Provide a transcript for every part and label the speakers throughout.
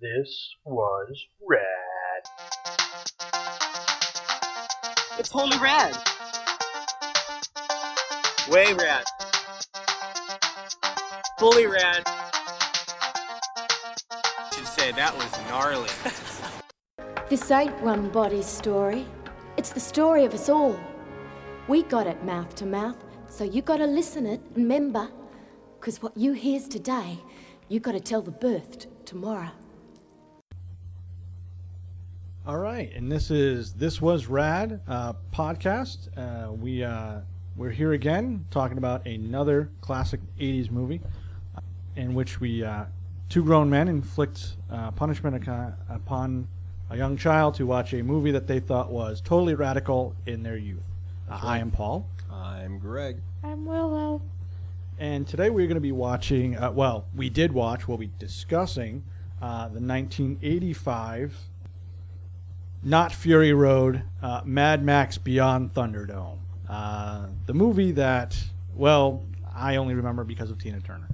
Speaker 1: This was rad.
Speaker 2: It's totally rad. Way rad. Fully rad. Should say that was gnarly.
Speaker 3: This ain't one body's story. It's the story of us all. We got it mouth to mouth, so you gotta listen it and remember. Cause what you hears today, you gotta tell the birthed tomorrow.
Speaker 4: All right, and this is this was rad uh, podcast. Uh, we uh, we're here again talking about another classic '80s movie, uh, in which we uh, two grown men inflict uh, punishment aco- upon a young child to watch a movie that they thought was totally radical in their youth. Uh, I am Paul.
Speaker 5: I'm Greg.
Speaker 6: I'm Willow.
Speaker 4: And today we're going to be watching, uh, well, we did watch, we'll be discussing uh, the 1985 Not Fury Road uh, Mad Max Beyond Thunderdome. Uh, the movie that, well, I only remember because of Tina Turner.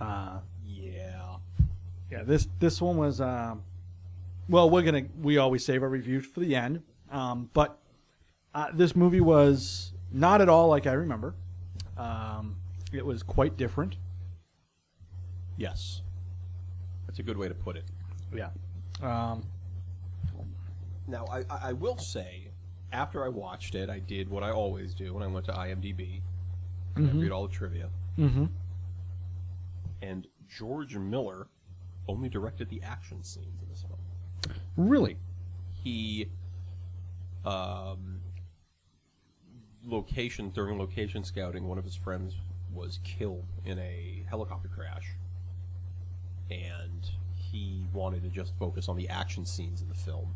Speaker 4: Uh,
Speaker 5: Yeah.
Speaker 4: yeah, this this one was. Um, well, we're gonna we always save our reviews for the end, um, but uh, this movie was not at all like I remember. Um, it was quite different. Yes.
Speaker 5: That's a good way to put it.
Speaker 4: Yeah. Um,
Speaker 5: Now, I, I I will say, after I watched it, I did what I always do when I went to IMDb. and I read all the trivia.
Speaker 4: mhm.
Speaker 5: And George Miller only directed the action scenes in this film.
Speaker 4: Really?
Speaker 5: He, um, location during location scouting, one of his friends was killed in a helicopter crash, and he wanted to just focus on the action scenes in the film,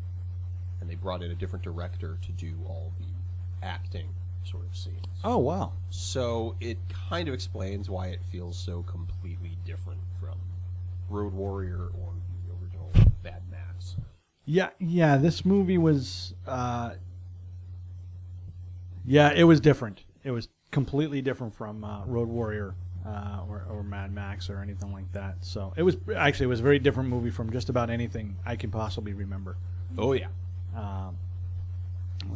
Speaker 5: and they brought in a different director to do all the acting sort of scenes.
Speaker 4: Oh wow.
Speaker 5: So it kind of explains why it feels so completely different from Road Warrior or the original Bad Max.
Speaker 4: Yeah, yeah. This movie was. Uh, yeah, it was different. It was completely different from uh, Road Warrior uh, or, or Mad Max or anything like that. So it was actually it was a very different movie from just about anything I can possibly remember.
Speaker 5: Oh yeah.
Speaker 4: Um,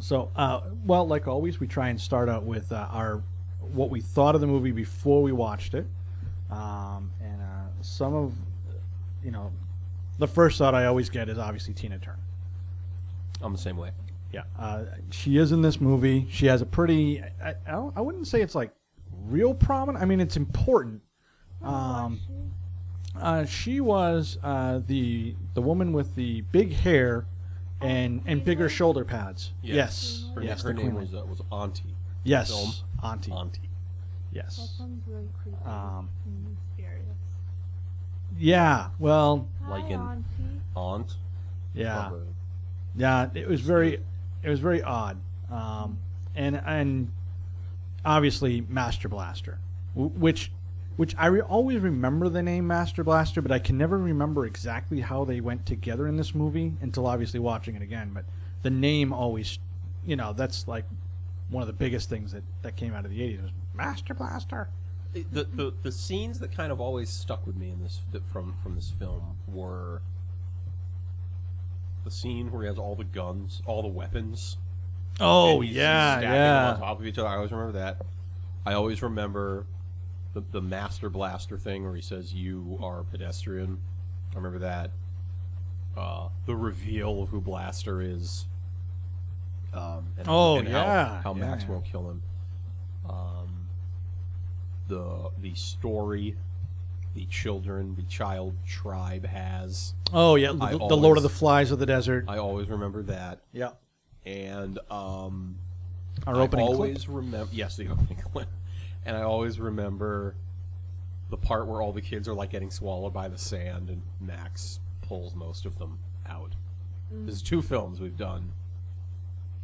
Speaker 4: so, uh, well, like always, we try and start out with uh, our what we thought of the movie before we watched it, um, and uh, some of you know the first thought I always get is obviously Tina Turner.
Speaker 5: I'm the same way.
Speaker 4: Yeah, uh, she is in this movie. She has a pretty. I, I, don't- I wouldn't say it's like real prominent. I mean, it's important. Um, uh, she was uh, the the woman with the big hair and and bigger shoulder pads. Yes,
Speaker 5: Her,
Speaker 4: yes,
Speaker 5: her
Speaker 4: the
Speaker 5: name
Speaker 4: queen.
Speaker 5: was, uh, was Auntie.
Speaker 4: yes,
Speaker 5: film.
Speaker 4: auntie.
Speaker 5: Auntie.
Speaker 6: That
Speaker 4: Yes.
Speaker 6: sounds really creepy
Speaker 4: Um,
Speaker 6: and mysterious.
Speaker 4: Yeah. Well.
Speaker 5: Like
Speaker 6: Hi,
Speaker 5: in-
Speaker 6: Auntie.
Speaker 5: Aunt.
Speaker 4: Yeah.
Speaker 5: Or, uh,
Speaker 4: Yeah, it was very, it was very odd, um, and and obviously Master Blaster, wh- which which I re- always remember the name Master Blaster, but I can never remember exactly how they went together in this movie until obviously watching it again. But the name always, you know, that's like one of the biggest things that that came out of the '80s was Master Blaster.
Speaker 5: it- the, the the scenes that kind of always stuck with me in this that from from this film were the scene where he has all the guns, all the weapons.
Speaker 4: Oh
Speaker 5: and he's- he's
Speaker 4: yeah,
Speaker 5: stacking them On
Speaker 4: yeah,
Speaker 5: top of each other. I always remember that. I always remember the the master blaster thing where he says, "You are a pedestrian." I remember that. Uh, the reveal of who Blaster is. Um, and,
Speaker 4: Oh,
Speaker 5: and
Speaker 4: yeah,
Speaker 5: How, how Max
Speaker 4: yeah.
Speaker 5: won't kill him. Um, the the story, the children, the child tribe has.
Speaker 4: Oh yeah,
Speaker 5: I
Speaker 4: the, the
Speaker 5: always-
Speaker 4: Lord of the Flies of the Desert.
Speaker 5: I always remember that.
Speaker 4: yeah,
Speaker 5: And um,
Speaker 4: our opening
Speaker 5: I
Speaker 4: clip.
Speaker 5: always remember. Yes, the opening clip. And I always remember the part where all the kids are like getting swallowed by the sand, and Max pulls most of them out. There's two films we've done.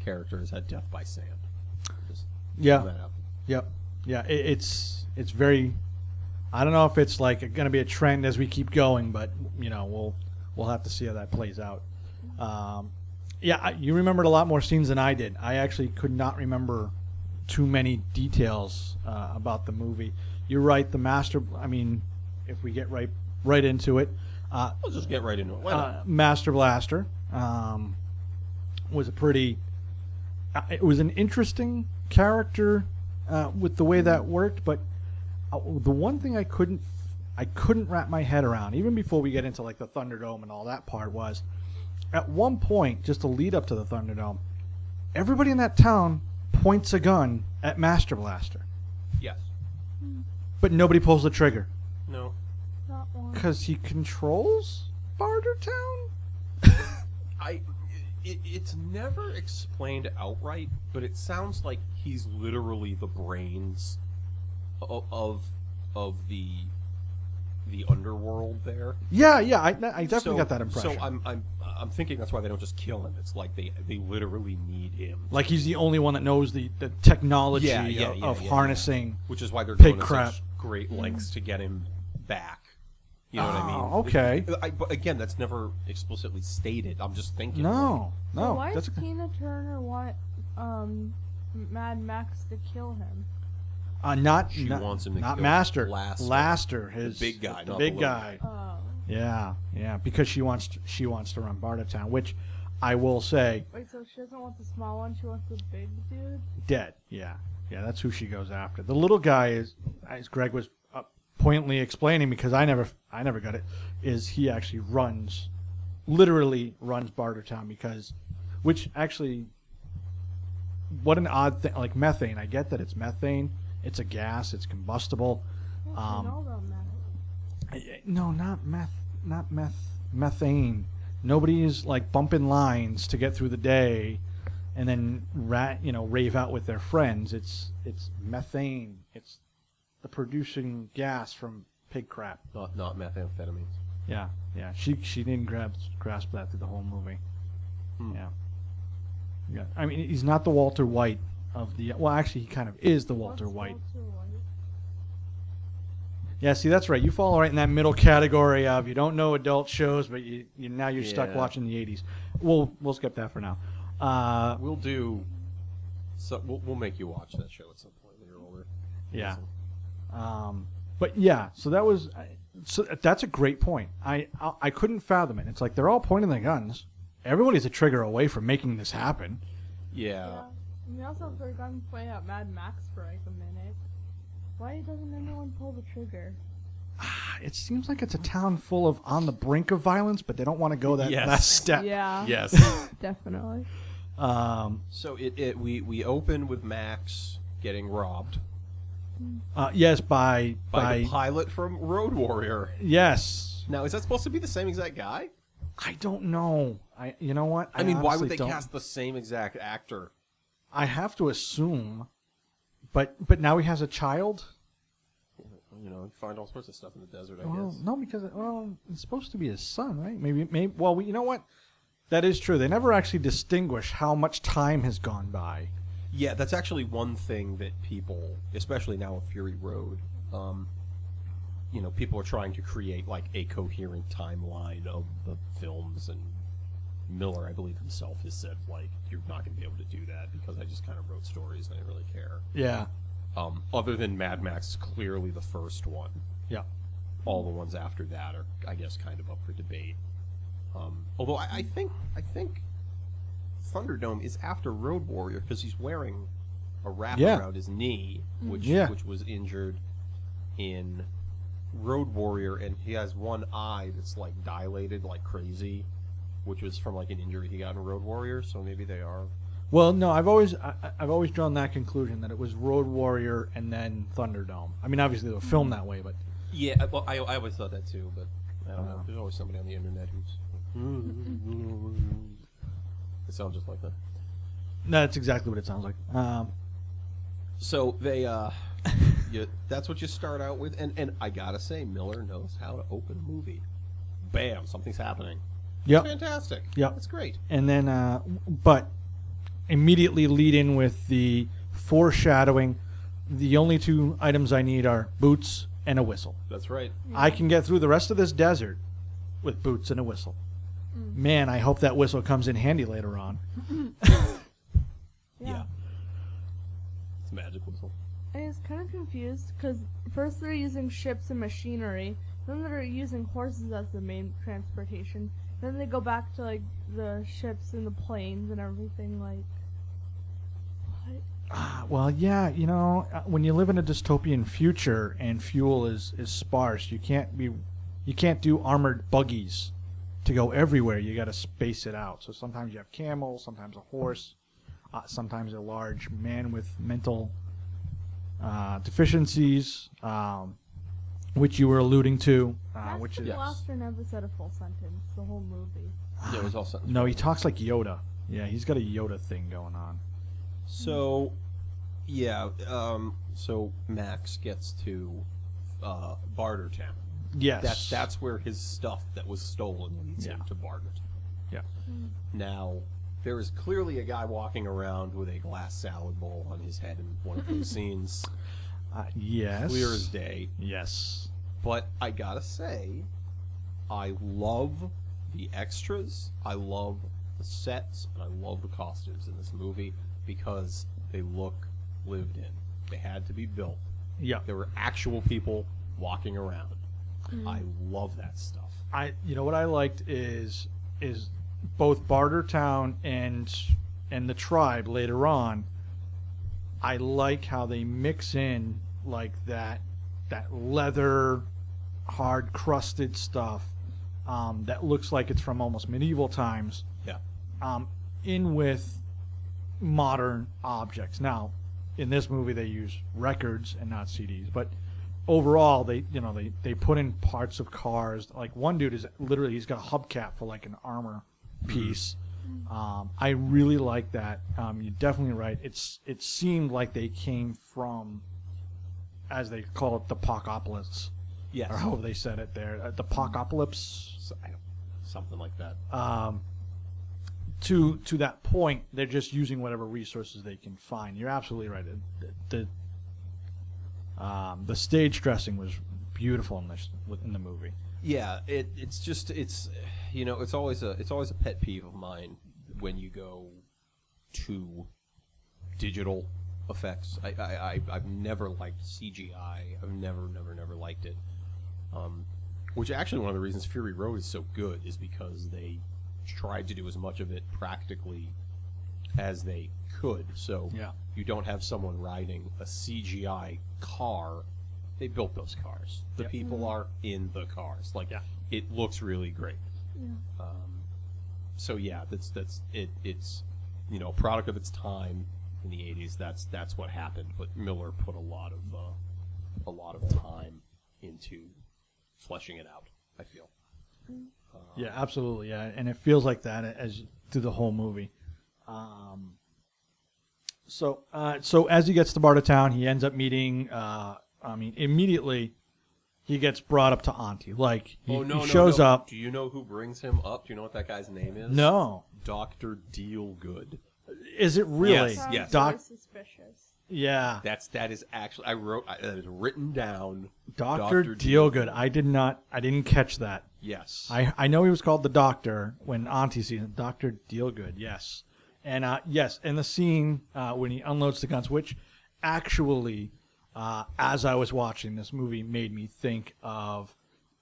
Speaker 5: Characters had death by sand. Just
Speaker 4: Yeah.
Speaker 5: throw that out.
Speaker 4: Yep. Yeah, it, it's it's very. I don't know if it's like going to be a trend as we keep going, but you know we'll we'll have to see how that plays out. Um, yeah, I, you remembered a lot more scenes than I did. I actually could not remember too many details uh, about the movie. You're right. The master. I mean, if we get right right into it, Uh,
Speaker 5: Let's just get right into it. Why not?
Speaker 4: uh, Master Blaster um, was a pretty. uh, It was an interesting character uh, with the way that worked, but uh, the one thing I couldn't, I couldn't wrap my head around, even before we get into like the Thunderdome and all that part, was at one point just to lead up to the Thunderdome, everybody in that town points a gun at Master Blaster,
Speaker 5: Yes.
Speaker 4: but nobody pulls the trigger
Speaker 5: No.
Speaker 6: Not one.
Speaker 4: because he controls Barter Town.
Speaker 5: I. It, it's never explained outright, but it sounds like he's literally the brains of of, of the the underworld there.
Speaker 4: Yeah, yeah, I, I definitely
Speaker 5: So-
Speaker 4: got that impression.
Speaker 5: So I'm, I'm I'm thinking that's why they don't just kill him. It's like they they literally need him,
Speaker 4: like he's the only one that knows the, the technology
Speaker 5: Yeah, yeah,
Speaker 4: of,
Speaker 5: yeah,
Speaker 4: of
Speaker 5: yeah,
Speaker 4: harnessing.
Speaker 5: which is why they're
Speaker 4: Pig
Speaker 5: going
Speaker 4: crap.
Speaker 5: to such great lengths to get him back. You know what I mean?
Speaker 4: Oh, okay.
Speaker 5: I, but again, that's never explicitly stated. I'm just thinking. like,
Speaker 4: No, no,
Speaker 6: So why
Speaker 4: that's
Speaker 6: does
Speaker 4: okay.
Speaker 6: Tina Turner want um Mad Max to kill him?
Speaker 4: uh, not
Speaker 5: She
Speaker 4: not,
Speaker 5: wants him to
Speaker 4: not
Speaker 5: kill
Speaker 4: master
Speaker 5: Laster.
Speaker 4: Laster, his
Speaker 5: big guy,
Speaker 4: the
Speaker 5: not
Speaker 4: big
Speaker 5: the little
Speaker 4: guy.
Speaker 6: Oh,
Speaker 4: Yeah, yeah, because she wants to, she wants to run Barter Town, which I will say
Speaker 6: wait. So she doesn't want the small one. She wants the big dude.
Speaker 4: dead. Yeah, yeah, that's who she goes after. The little guy is, as Greg was uh, pointedly explaining, because I never, I never got it, is he actually runs, literally runs Bartertown because, which actually, what an odd thing. Like methane, I get that it's methane, it's a gas, it's combustible.
Speaker 6: Well,
Speaker 4: Um,
Speaker 6: I know about Max.
Speaker 4: No, not meth, not meth, methane. Nobody is like bumping lines to get through the day, and then rat, you know, rave out with their friends. It's it's methane. It's the producing gas from pig crap.
Speaker 5: Not not methamphetamines.
Speaker 4: Yeah, yeah. She she didn't grab, grasp that through the whole movie.
Speaker 5: Hmm.
Speaker 4: Yeah, yeah. I mean, he's not the Walter White of the. Well, actually, he kind of is the Walter
Speaker 6: What's
Speaker 4: White.
Speaker 6: Walter White?
Speaker 4: Yeah, see, that's right. You fall right in that middle category of you don't know adult shows, but you, you now you're stuck
Speaker 5: Yeah.
Speaker 4: watching the '80s. We'll we'll skip that for now. Uh,
Speaker 5: We'll do. So we'll, we'll make you watch that show at some point when you're older.
Speaker 4: yeah. Um, but yeah, so that was I- so that's a great point. I, I I couldn't fathom it. It's like they're all pointing their guns. Everybody's a trigger away from making this happen.
Speaker 5: Yeah.
Speaker 6: Yeah. And they also threw gunplay at Mad Max for like a minute. Why doesn't anyone pull the trigger?
Speaker 4: It seems like it's a town full of on the brink of violence, but they don't want to go that
Speaker 5: Yes.
Speaker 4: last step.
Speaker 6: Yeah.
Speaker 5: Yes.
Speaker 6: Definitely.
Speaker 4: Um,
Speaker 5: so it, it we we open with Max getting robbed
Speaker 4: uh, yes, by
Speaker 5: by
Speaker 4: by,
Speaker 5: the pilot from Road Warrior.
Speaker 4: yes.
Speaker 5: Now is that supposed to be the same exact guy?
Speaker 4: I don't know. I you know what?
Speaker 5: I, mean, why would
Speaker 4: honestly
Speaker 5: they
Speaker 4: don't-
Speaker 5: cast the same exact actor?
Speaker 4: I have to assume, but but now he has a child.
Speaker 5: You know, you find all sorts of stuff in the desert. I
Speaker 4: Well,
Speaker 5: guess.
Speaker 4: no, because well, it's supposed to be his son, right? Maybe maybe. Well, you know what? That is true. They never actually distinguish how much time has gone by.
Speaker 5: Yeah, that's actually one thing that people, especially now on Fury Road, um, you know, people are trying to create like a coherent timeline of the films, and Miller, I believe himself, has said like, "You're not going to be able to do that because I just kind of wrote stories and I didn't really care."
Speaker 4: Yeah,
Speaker 5: Um, other than Mad Max, clearly the first one.
Speaker 4: yeah,
Speaker 5: All the ones after that are, I guess, kind of up for debate. Um, although I, I think I think Thunderdome is after Road Warrior because he's wearing a wrap
Speaker 4: Yeah.
Speaker 5: around his knee, which
Speaker 4: Yeah.
Speaker 5: which was injured in Road Warrior, and he has one eye that's like dilated like crazy, which was from like an injury he got in Road Warrior. So maybe they are.
Speaker 4: Well, no, I've always I, I- I've always drawn that conclusion that it was Road Warrior and then Thunderdome. I mean, obviously they were filmed that way, but
Speaker 5: Yeah, I- well, I, I always thought that too, but I don't know. There's always somebody on the internet
Speaker 4: Mm-hmm.
Speaker 5: who's. it sounds just like that.
Speaker 4: no, that's exactly what it sounds like. Um,
Speaker 5: So they, uh, you, that's what you start out with, and and I gotta say, Miller knows how to open a movie. Bam, something's happening.
Speaker 4: yep.
Speaker 5: Fantastic.
Speaker 4: Yep.
Speaker 5: that's great.
Speaker 4: and then uh, but immediately lead in with the foreshadowing the only two items i need are boots and a whistle
Speaker 5: That's right.
Speaker 4: i can get through the rest of this desert with boots and a whistle man i hope that whistle comes in handy later on
Speaker 5: Yeah. It's magic whistle.
Speaker 6: I was kind of confused because first they're using ships and machinery, Then they're using horses as the main transportation. Then they go back to like the ships and the planes and everything. Like, what?
Speaker 4: Ah, well, yeah, you know, uh, when you live in a dystopian future and fuel is, is sparse, you can't be, you can't do armored buggies to go everywhere. You got to space it out. So sometimes you have camels, sometimes a horse, uh, sometimes a large man with mental uh, deficiencies, um, which you were alluding to, uh,
Speaker 6: That's
Speaker 4: which
Speaker 6: the
Speaker 4: is
Speaker 6: blaster never said a full sentence. The whole movie.
Speaker 5: Yeah, it was all sentence.
Speaker 4: no, he talks like Yoda. Yeah, he's got a Yoda thing going on.
Speaker 5: So, yeah. Um, so Max gets to uh, Barter Town.
Speaker 4: Yes,
Speaker 5: That's that's where his stuff that was stolen leads him
Speaker 4: Yeah.
Speaker 5: to Barter Town.
Speaker 4: Yeah.
Speaker 5: Now, there is clearly a guy walking around with a glass salad bowl on his head in one of those scenes,
Speaker 4: uh, yes,
Speaker 5: clear as day.
Speaker 4: Yes.
Speaker 5: But I gotta say, I love the extras. I love the sets, and I love the costumes in this movie because they look lived in. They had to be built.
Speaker 4: Yeah.
Speaker 5: There were actual people walking around.
Speaker 4: Mm-hmm.
Speaker 5: I love that stuff.
Speaker 4: I you know what I liked is is both Barter Town and and the tribe later on. I like how they mix in like that that leather, hard crusted stuff um, that looks like it's from almost medieval times
Speaker 5: Yeah.
Speaker 4: um, in with modern objects. Now, in this movie, they use records and not CDs, but overall, they you know they they put in parts of cars. Like one dude is literally he's got a hubcap for like an armor piece. Um, I really like that. Um, you're definitely right. It's it seemed like they came from, as they call it, the Pocopolis,
Speaker 5: Yes.
Speaker 4: or how they said it there, uh, the Pocopolis
Speaker 5: So- I don't- something like that.
Speaker 4: to to that point, they're just using whatever resources they can find. You're absolutely right. The the, um, the stage dressing was beautiful in this in the movie.
Speaker 5: yeah, it, it's just it's you know it's always a it's always a pet peeve of mine when you go to digital effects. I, I, I I've never liked CGI. I've never never never liked it. Um, which actually one of the reasons Fury Road is so good is because they tried to do as much of it practically as they could. So
Speaker 4: Yeah.
Speaker 5: you don't have someone riding a CGI car. They built those cars. The
Speaker 4: Yep.
Speaker 5: people are in the cars. Like
Speaker 4: Yeah.
Speaker 5: it looks really great.
Speaker 6: Yeah.
Speaker 5: Um, so yeah, that's that's it. It's you know a product of its time in the '80s. That's that's what happened. But Miller put a lot of uh, a lot of time into fleshing it out. I feel.
Speaker 4: Yeah, absolutely. Yeah, and it feels like that as through the whole movie. Um, so uh, so as he gets to Barter Town, he ends up meeting. Uh, I mean, immediately he gets brought up to Auntie. Like he,
Speaker 5: Oh,
Speaker 4: he shows up.
Speaker 5: Do you know who brings him up? Do you know what that guy's name is?
Speaker 4: No,
Speaker 5: Doctor Deal Good.
Speaker 4: is it really?
Speaker 5: Yes,
Speaker 6: Sounds
Speaker 5: yes.
Speaker 4: Doc.
Speaker 6: really suspicious.
Speaker 4: Yeah.
Speaker 5: That's that is actually I wrote I, that is written down.
Speaker 4: Doctor Dealgood. I did not. I didn't catch that.
Speaker 5: Yes.
Speaker 4: I I know he was called the Doctor when Auntie sees him. Doctor Dealgood. Yes, and uh, yes, in the scene uh, when he unloads the guns, which actually, uh, as I was watching this movie, made me think of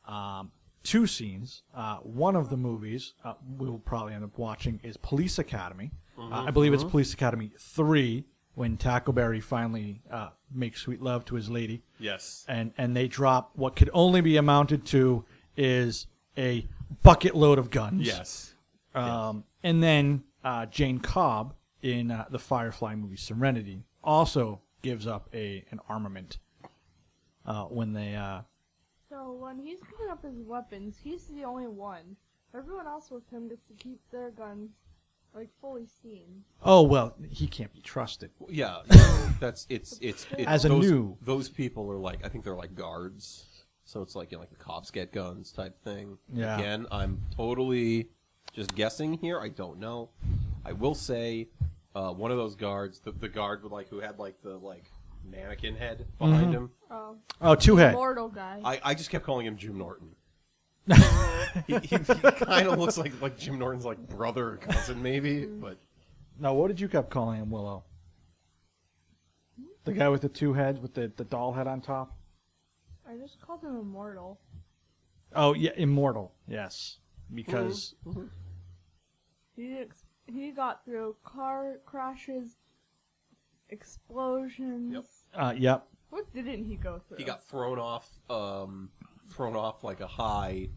Speaker 4: um, two scenes. Uh, one of the movies uh, we'll probably end up watching is Police Academy. Uh, I believe it's Police Academy three when Tackleberry finally uh, makes sweet love to his lady
Speaker 5: yes.
Speaker 4: and and they drop what could only be amounted to is a bucket load of guns.
Speaker 5: Yes.
Speaker 4: Um, and then uh, Jane Cobb in uh, the Firefly movie Serenity also gives up a an armament uh, when they. Uh,
Speaker 6: So when he's picking up his weapons, he's the only one. Everyone else with him gets to keep their guns like fully seen.
Speaker 4: oh well, he can't be trusted.
Speaker 5: Yeah. no, that's it's it's it,
Speaker 4: As a
Speaker 5: those,
Speaker 4: new-
Speaker 5: those people are like I think they're like guards. So it's like you know, like the cops get guns type thing.
Speaker 4: Yeah.
Speaker 5: Again, I'm totally just guessing here. I don't know. I will say, uh, one of those guards, the, the guard with like who had like the like mannequin head behind
Speaker 4: Mm-hmm.
Speaker 5: him.
Speaker 6: Oh,
Speaker 4: Oh, two head.
Speaker 6: mortal guy.
Speaker 5: I, I just kept calling him Jim Norton. he he, he kind of looks like like Jim Norton's like brother or cousin maybe, but
Speaker 4: Now, what did you keep calling him, Willow? The guy with the two heads, with the, the doll head on top.
Speaker 6: I just called him immortal.
Speaker 4: Oh yeah, immortal. Yes, because
Speaker 6: He ex- he got through car crashes, explosions.
Speaker 5: Yep.
Speaker 4: uh, yep,
Speaker 6: What didn't he go through?
Speaker 5: He got thrown off, um, thrown off like a high,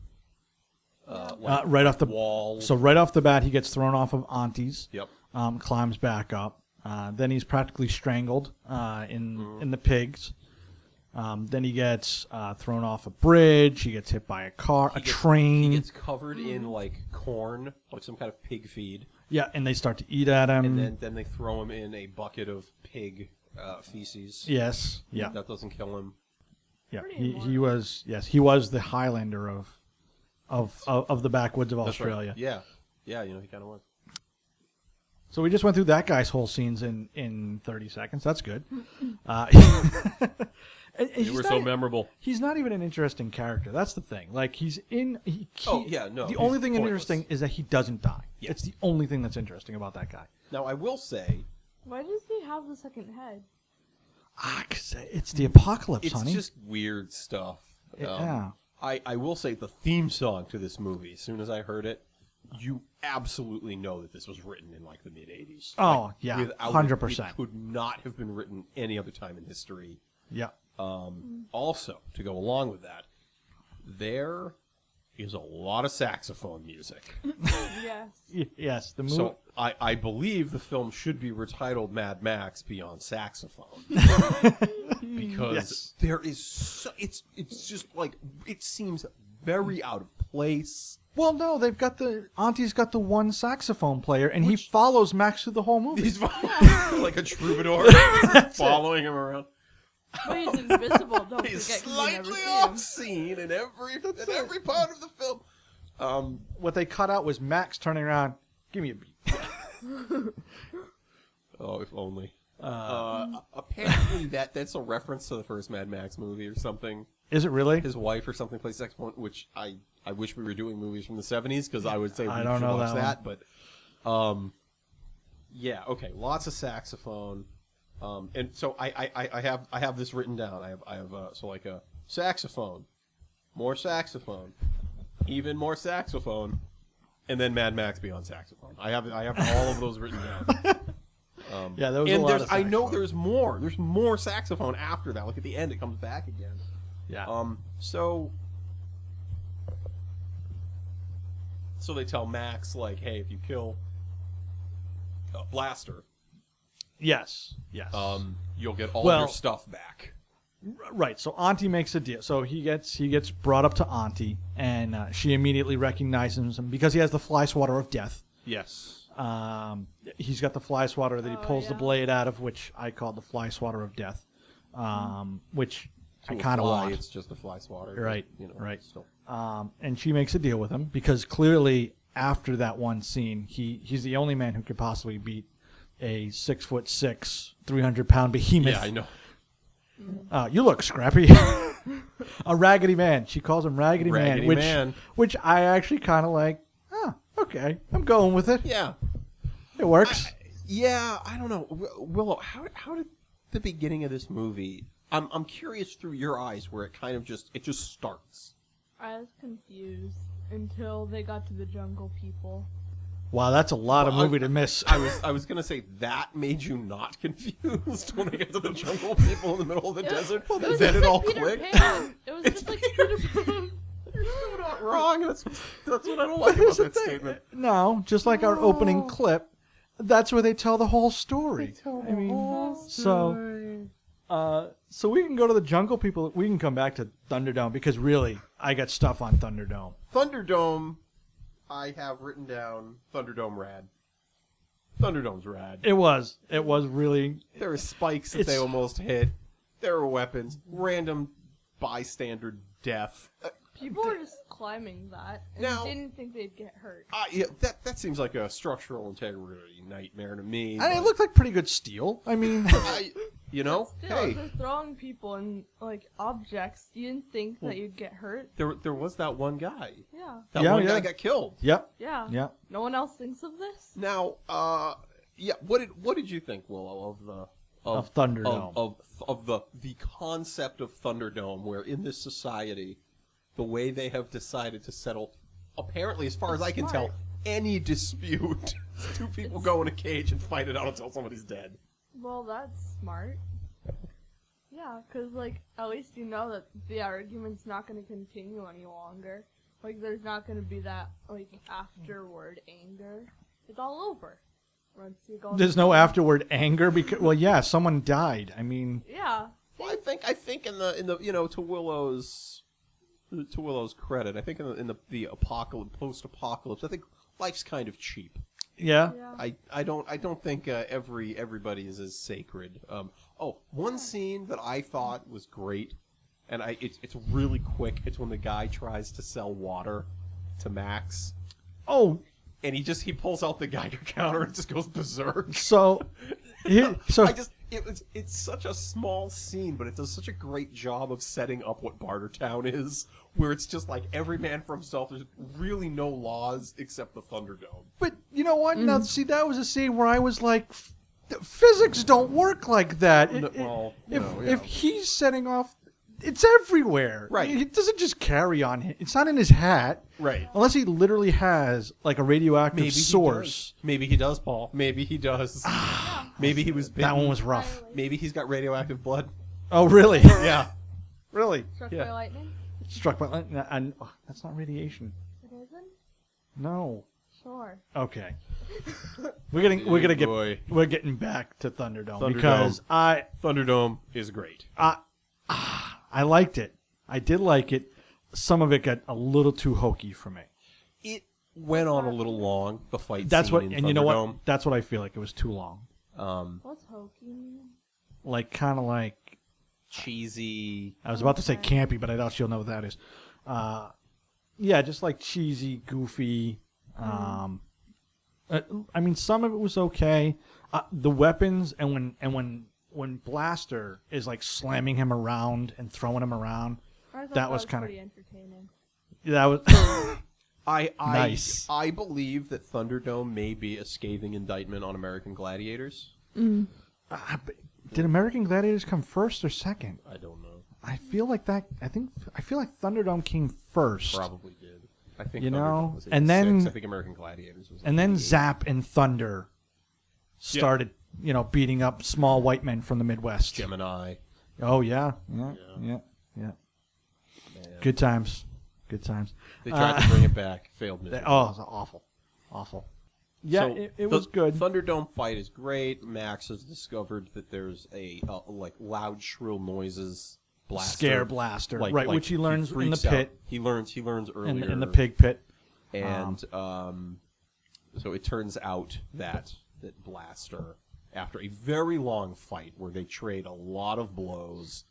Speaker 5: uh,
Speaker 4: uh,
Speaker 5: like
Speaker 4: right off the
Speaker 5: wall.
Speaker 4: So right off the bat, he gets thrown off of Auntie's.
Speaker 5: yep.
Speaker 4: um, climbs back up. Uh, then he's practically strangled uh, in
Speaker 5: Mm.
Speaker 4: in the pigs. Um, then he gets uh, thrown off a bridge. He gets hit by a car, a
Speaker 5: He gets-
Speaker 4: train.
Speaker 5: He gets covered in like corn, like some kind of pig feed,
Speaker 4: yeah, and they start to eat at him.
Speaker 5: and then then they throw him in a bucket of pig uh, feces.
Speaker 4: yes, yeah,
Speaker 5: That doesn't kill him.
Speaker 4: yeah.
Speaker 6: Pretty
Speaker 4: He, he
Speaker 6: immoral.
Speaker 4: was yes, he was the Highlander of of of, of the backwoods of
Speaker 5: That's right.
Speaker 4: Australia.
Speaker 5: Yeah. Yeah, you know, he kind of was.
Speaker 4: So we just went through that guy's whole scenes in in thirty seconds. That's good. Uh, and- and he's not-
Speaker 5: memorable.
Speaker 4: he's not even an interesting character. That's the thing. Like he's in. He,
Speaker 5: Oh,
Speaker 4: he-
Speaker 5: yeah, no,
Speaker 4: The
Speaker 5: he's
Speaker 4: only thing
Speaker 5: pointless.
Speaker 4: interesting is that he doesn't die.
Speaker 5: Yeah.
Speaker 4: It's the only thing that's interesting about that guy.
Speaker 5: Now, I will say,
Speaker 6: Why does he have the second head?
Speaker 4: Ah, 'cause it's the apocalypse,
Speaker 5: it's
Speaker 4: honey.
Speaker 5: just weird stuff. Um,
Speaker 4: Yeah.
Speaker 5: I, I will say the theme song to this movie, as soon as I heard it, you absolutely know that this was written in like the mid 80s.
Speaker 4: oh yeah,
Speaker 5: Without it,
Speaker 4: hundred
Speaker 5: It
Speaker 4: percent.
Speaker 5: could not have been written any other time in history. Um,
Speaker 4: Yeah.
Speaker 5: Also, to go along with that, there is a lot of saxophone music.
Speaker 6: Yes.
Speaker 4: Y- Yes, the movie.
Speaker 5: So I, I believe the film should be retitled Mad Max Beyond Saxophone because
Speaker 4: Yes.
Speaker 5: there is so, it's it's just like it seems very out of place.
Speaker 4: well, no, they've got the auntie's got the one saxophone player, and he follows Max through the whole movie.
Speaker 5: He's like a troubadour following him around.
Speaker 6: But he's invisible. Don't
Speaker 5: He's
Speaker 6: forget. 'cause you never
Speaker 5: slightly
Speaker 6: see
Speaker 5: off
Speaker 6: him.
Speaker 5: scene in every in every part of the film. Um,
Speaker 4: What they cut out was Max turning around. Give me a beat.
Speaker 5: oh, if only. Uh, apparently that that's a reference to the first Mad Max movie or something.
Speaker 4: Is it really?
Speaker 5: his wife or something plays saxophone, which I, I wish we were doing movies from the 70s because I would say we
Speaker 4: I don't
Speaker 5: should
Speaker 4: know
Speaker 5: watch
Speaker 4: that
Speaker 5: that. But um, yeah, okay, lots of saxophone. Um, and so I, I- I, I have I have this written down. I have I have uh, so like a saxophone, more saxophone, even more saxophone, and then Mad Max Beyond Saxophone. I have I have all of those written down. Um,
Speaker 4: Yeah, there was a
Speaker 5: and
Speaker 4: lot
Speaker 5: there's
Speaker 4: of
Speaker 5: I know
Speaker 4: saxophone.
Speaker 5: there's more. There's more saxophone after that. Like at the end, it comes back again.
Speaker 4: yeah.
Speaker 5: Um, so. So they tell Max, like, hey, if you kill uh, Blaster,
Speaker 4: yes. Yes.
Speaker 5: um, you'll get all
Speaker 4: Well-
Speaker 5: your stuff back.
Speaker 4: Right. So Auntie makes a deal. So he gets he gets brought up to Auntie, and uh, she immediately recognizes him because he has the fly swatter of death.
Speaker 5: Yes.
Speaker 4: Um, he's got the fly swatter that he
Speaker 6: Oh,
Speaker 4: pulls the
Speaker 6: yeah.
Speaker 4: blade out of, which I call the fly swatter of death, um, which I kind of
Speaker 5: why
Speaker 4: want.
Speaker 5: It's just a fly swatter.
Speaker 4: Right,
Speaker 5: You know,
Speaker 4: right.
Speaker 5: still.
Speaker 4: Um, and she makes a deal with him because clearly after that one scene, he he's the only man who could possibly beat a six foot six, three hundred pound behemoth.
Speaker 5: Yeah, I know.
Speaker 4: Uh, you look scrappy. a raggedy man. She calls him raggedy, man,
Speaker 5: Raggedy
Speaker 4: which
Speaker 5: Man.
Speaker 4: which I actually kind of like. Oh, okay. I'm going with it.
Speaker 5: Yeah.
Speaker 4: It works.
Speaker 5: Yeah, I don't know. Wi- Willow, how, how did the beginning of this movie. I'm, I'm curious through your eyes where it kind of just it just starts.
Speaker 6: I was confused until they got to the jungle people.
Speaker 4: wow, that's a lot of
Speaker 5: Well, I-
Speaker 4: movie to miss.
Speaker 5: I was I was gonna say that made you not confused when I got to the jungle people in the middle of the desert.
Speaker 6: It was
Speaker 5: then
Speaker 6: just
Speaker 5: it
Speaker 6: like
Speaker 5: all
Speaker 6: Peter
Speaker 5: clicked.
Speaker 6: Pan. It was just like Peter Pan.
Speaker 5: You're not wrong. That's that's what I don't like
Speaker 4: Here's
Speaker 5: about
Speaker 4: the
Speaker 5: that
Speaker 4: thing.
Speaker 5: statement.
Speaker 4: No, just like our opening clip, that's where they tell the whole story. I mean, so. Uh, so we can go to the jungle people. We can come back to Thunderdome because really, I got stuff on Thunderdome.
Speaker 5: Thunderdome, I have written down Thunderdome rad. Thunderdome's rad.
Speaker 4: It was, it was really
Speaker 5: There are spikes that they
Speaker 4: It's-
Speaker 5: almost hit. There are weapons. Random bystander death. Uh,
Speaker 6: People were just climbing that and
Speaker 5: Now-
Speaker 6: didn't think they'd get hurt.
Speaker 5: I, yeah, that that seems like a structural integrity nightmare to me.
Speaker 4: And it
Speaker 5: but
Speaker 4: looked like pretty good steel. I mean,
Speaker 5: I, you know,
Speaker 6: Still,
Speaker 5: hey,
Speaker 6: if they're throwing people and like objects. You didn't think
Speaker 5: Hmm.
Speaker 6: that you'd get hurt.
Speaker 5: there there was that one guy.
Speaker 6: Yeah,
Speaker 5: That
Speaker 4: Yeah,
Speaker 5: one
Speaker 4: yeah.
Speaker 5: guy got killed.
Speaker 4: yep,
Speaker 6: yeah,
Speaker 4: yep.
Speaker 6: No one else thinks of this.
Speaker 5: Now, uh, yeah, what did what did you think, Willow, of the
Speaker 4: Of Thunderdome.
Speaker 5: of of, of the the concept of Thunderdome, where in this society, the way they have decided to settle, apparently, as far as I can
Speaker 6: Smart.
Speaker 5: tell, any dispute. Two people go in a cage and fight it out until somebody's dead.
Speaker 6: Well, that's smart. Yeah, because, like, at least you know that the argument's not going to continue any longer. Like, there's not going to be that, like, afterward anger. It's all over. Once you go.
Speaker 4: There's no afterward anger because well, yeah, someone died. I mean,
Speaker 6: Yeah.
Speaker 5: Well, I think I think in the in the you know to Willow's to Willow's credit, I think in the in the, the apocalypse post apocalypse, I think life's kind of cheap.
Speaker 4: yeah,
Speaker 6: Yeah.
Speaker 5: I, I don't I don't think uh, every everybody is as sacred. Um, oh, one scene that I thought was great, and I it's it's really quick. It's when the guy tries to sell water to Max,
Speaker 4: Oh,
Speaker 5: and he just he pulls out the Geiger counter and just goes berserk.
Speaker 4: so here, so
Speaker 5: I just it was it's such a small scene, but it does such a great job of setting up what Bartertown is, where it's just like every man for himself. There's really no laws except the Thunderdome.
Speaker 4: but you know what?
Speaker 5: Mm.
Speaker 4: Now see, that was a scene where I was like, "F- the physics don't work like that. It-
Speaker 5: No,
Speaker 4: it-
Speaker 5: well,
Speaker 4: if
Speaker 5: no, yeah.
Speaker 4: if he's setting off, it's everywhere.
Speaker 5: Right.
Speaker 4: It doesn't just carry on him. It's not in his hat.
Speaker 5: Right.
Speaker 4: Unless he literally has like a radioactive
Speaker 5: Maybe
Speaker 4: source.
Speaker 5: He does. Maybe he does, Paul. Maybe he does. Maybe he was bitten.
Speaker 4: That one was rough.
Speaker 5: Maybe he's got radioactive blood.
Speaker 4: Oh, really?
Speaker 5: Yeah.
Speaker 4: really?
Speaker 6: Struck
Speaker 5: yeah.
Speaker 6: by lightning?
Speaker 4: Struck by lightning. And oh, that's not radiation.
Speaker 6: It isn't?
Speaker 4: No.
Speaker 6: Sure.
Speaker 4: Okay. We're getting we're gonna get
Speaker 5: Boy.
Speaker 4: we're getting back to Thunderdome,
Speaker 5: Thunderdome.
Speaker 4: because I
Speaker 5: Thunderdome is great.
Speaker 4: I liked it. I did like it. Some of it got a little too hokey for me.
Speaker 5: It went on a little long. The fight.
Speaker 4: That's
Speaker 5: scene
Speaker 4: what
Speaker 5: in
Speaker 4: and you know what
Speaker 5: Thunderdome.
Speaker 4: that's what I feel like it was too long.
Speaker 5: Um,
Speaker 6: What's hokey?
Speaker 4: Like kind of like
Speaker 5: cheesy.
Speaker 4: I was about to say campy, but I doubt she'll know what that is. Uh, yeah, just like cheesy, goofy. Um, uh, I mean, some of it was okay. Uh, the weapons and when and when when Blaster is like slamming him around and throwing him around,
Speaker 6: I thought
Speaker 4: That was kinda-
Speaker 6: pretty entertaining.
Speaker 4: that was
Speaker 5: I I,
Speaker 4: Nice.
Speaker 5: I believe that Thunderdome may be a scathing indictment on American gladiators.
Speaker 4: did American Gladiators come first or second?
Speaker 5: I don't know.
Speaker 4: I feel like that. I think I feel like Thunderdome came first,
Speaker 5: Probably did. I think
Speaker 4: You
Speaker 5: Thunderdome
Speaker 4: know,
Speaker 5: was
Speaker 4: and then-
Speaker 5: 86. I think American Gladiators was.
Speaker 4: and then
Speaker 5: 88.
Speaker 4: Zap and Thunder started, you know, beating up small white men from the Midwest.
Speaker 5: Gemini.
Speaker 4: Oh yeah, yeah, yeah, yeah. Good times, good times.
Speaker 5: They tried to bring it back, failed.
Speaker 4: They-
Speaker 5: miserably.
Speaker 4: Uh, oh, it's awful, awful. Yeah,
Speaker 5: So
Speaker 4: it, it
Speaker 5: the
Speaker 4: was good.
Speaker 5: Thunderdome fight is great. Max has discovered that there's a uh, like loud shrill noises blaster
Speaker 4: Scare blaster, right, which he learns in the
Speaker 5: freaks out.
Speaker 4: pit.
Speaker 5: He learns he learns
Speaker 4: in,
Speaker 5: earlier
Speaker 4: the- in the pig pit.
Speaker 5: and um, so it turns out that that blaster after a very long fight where they trade a lot of blows.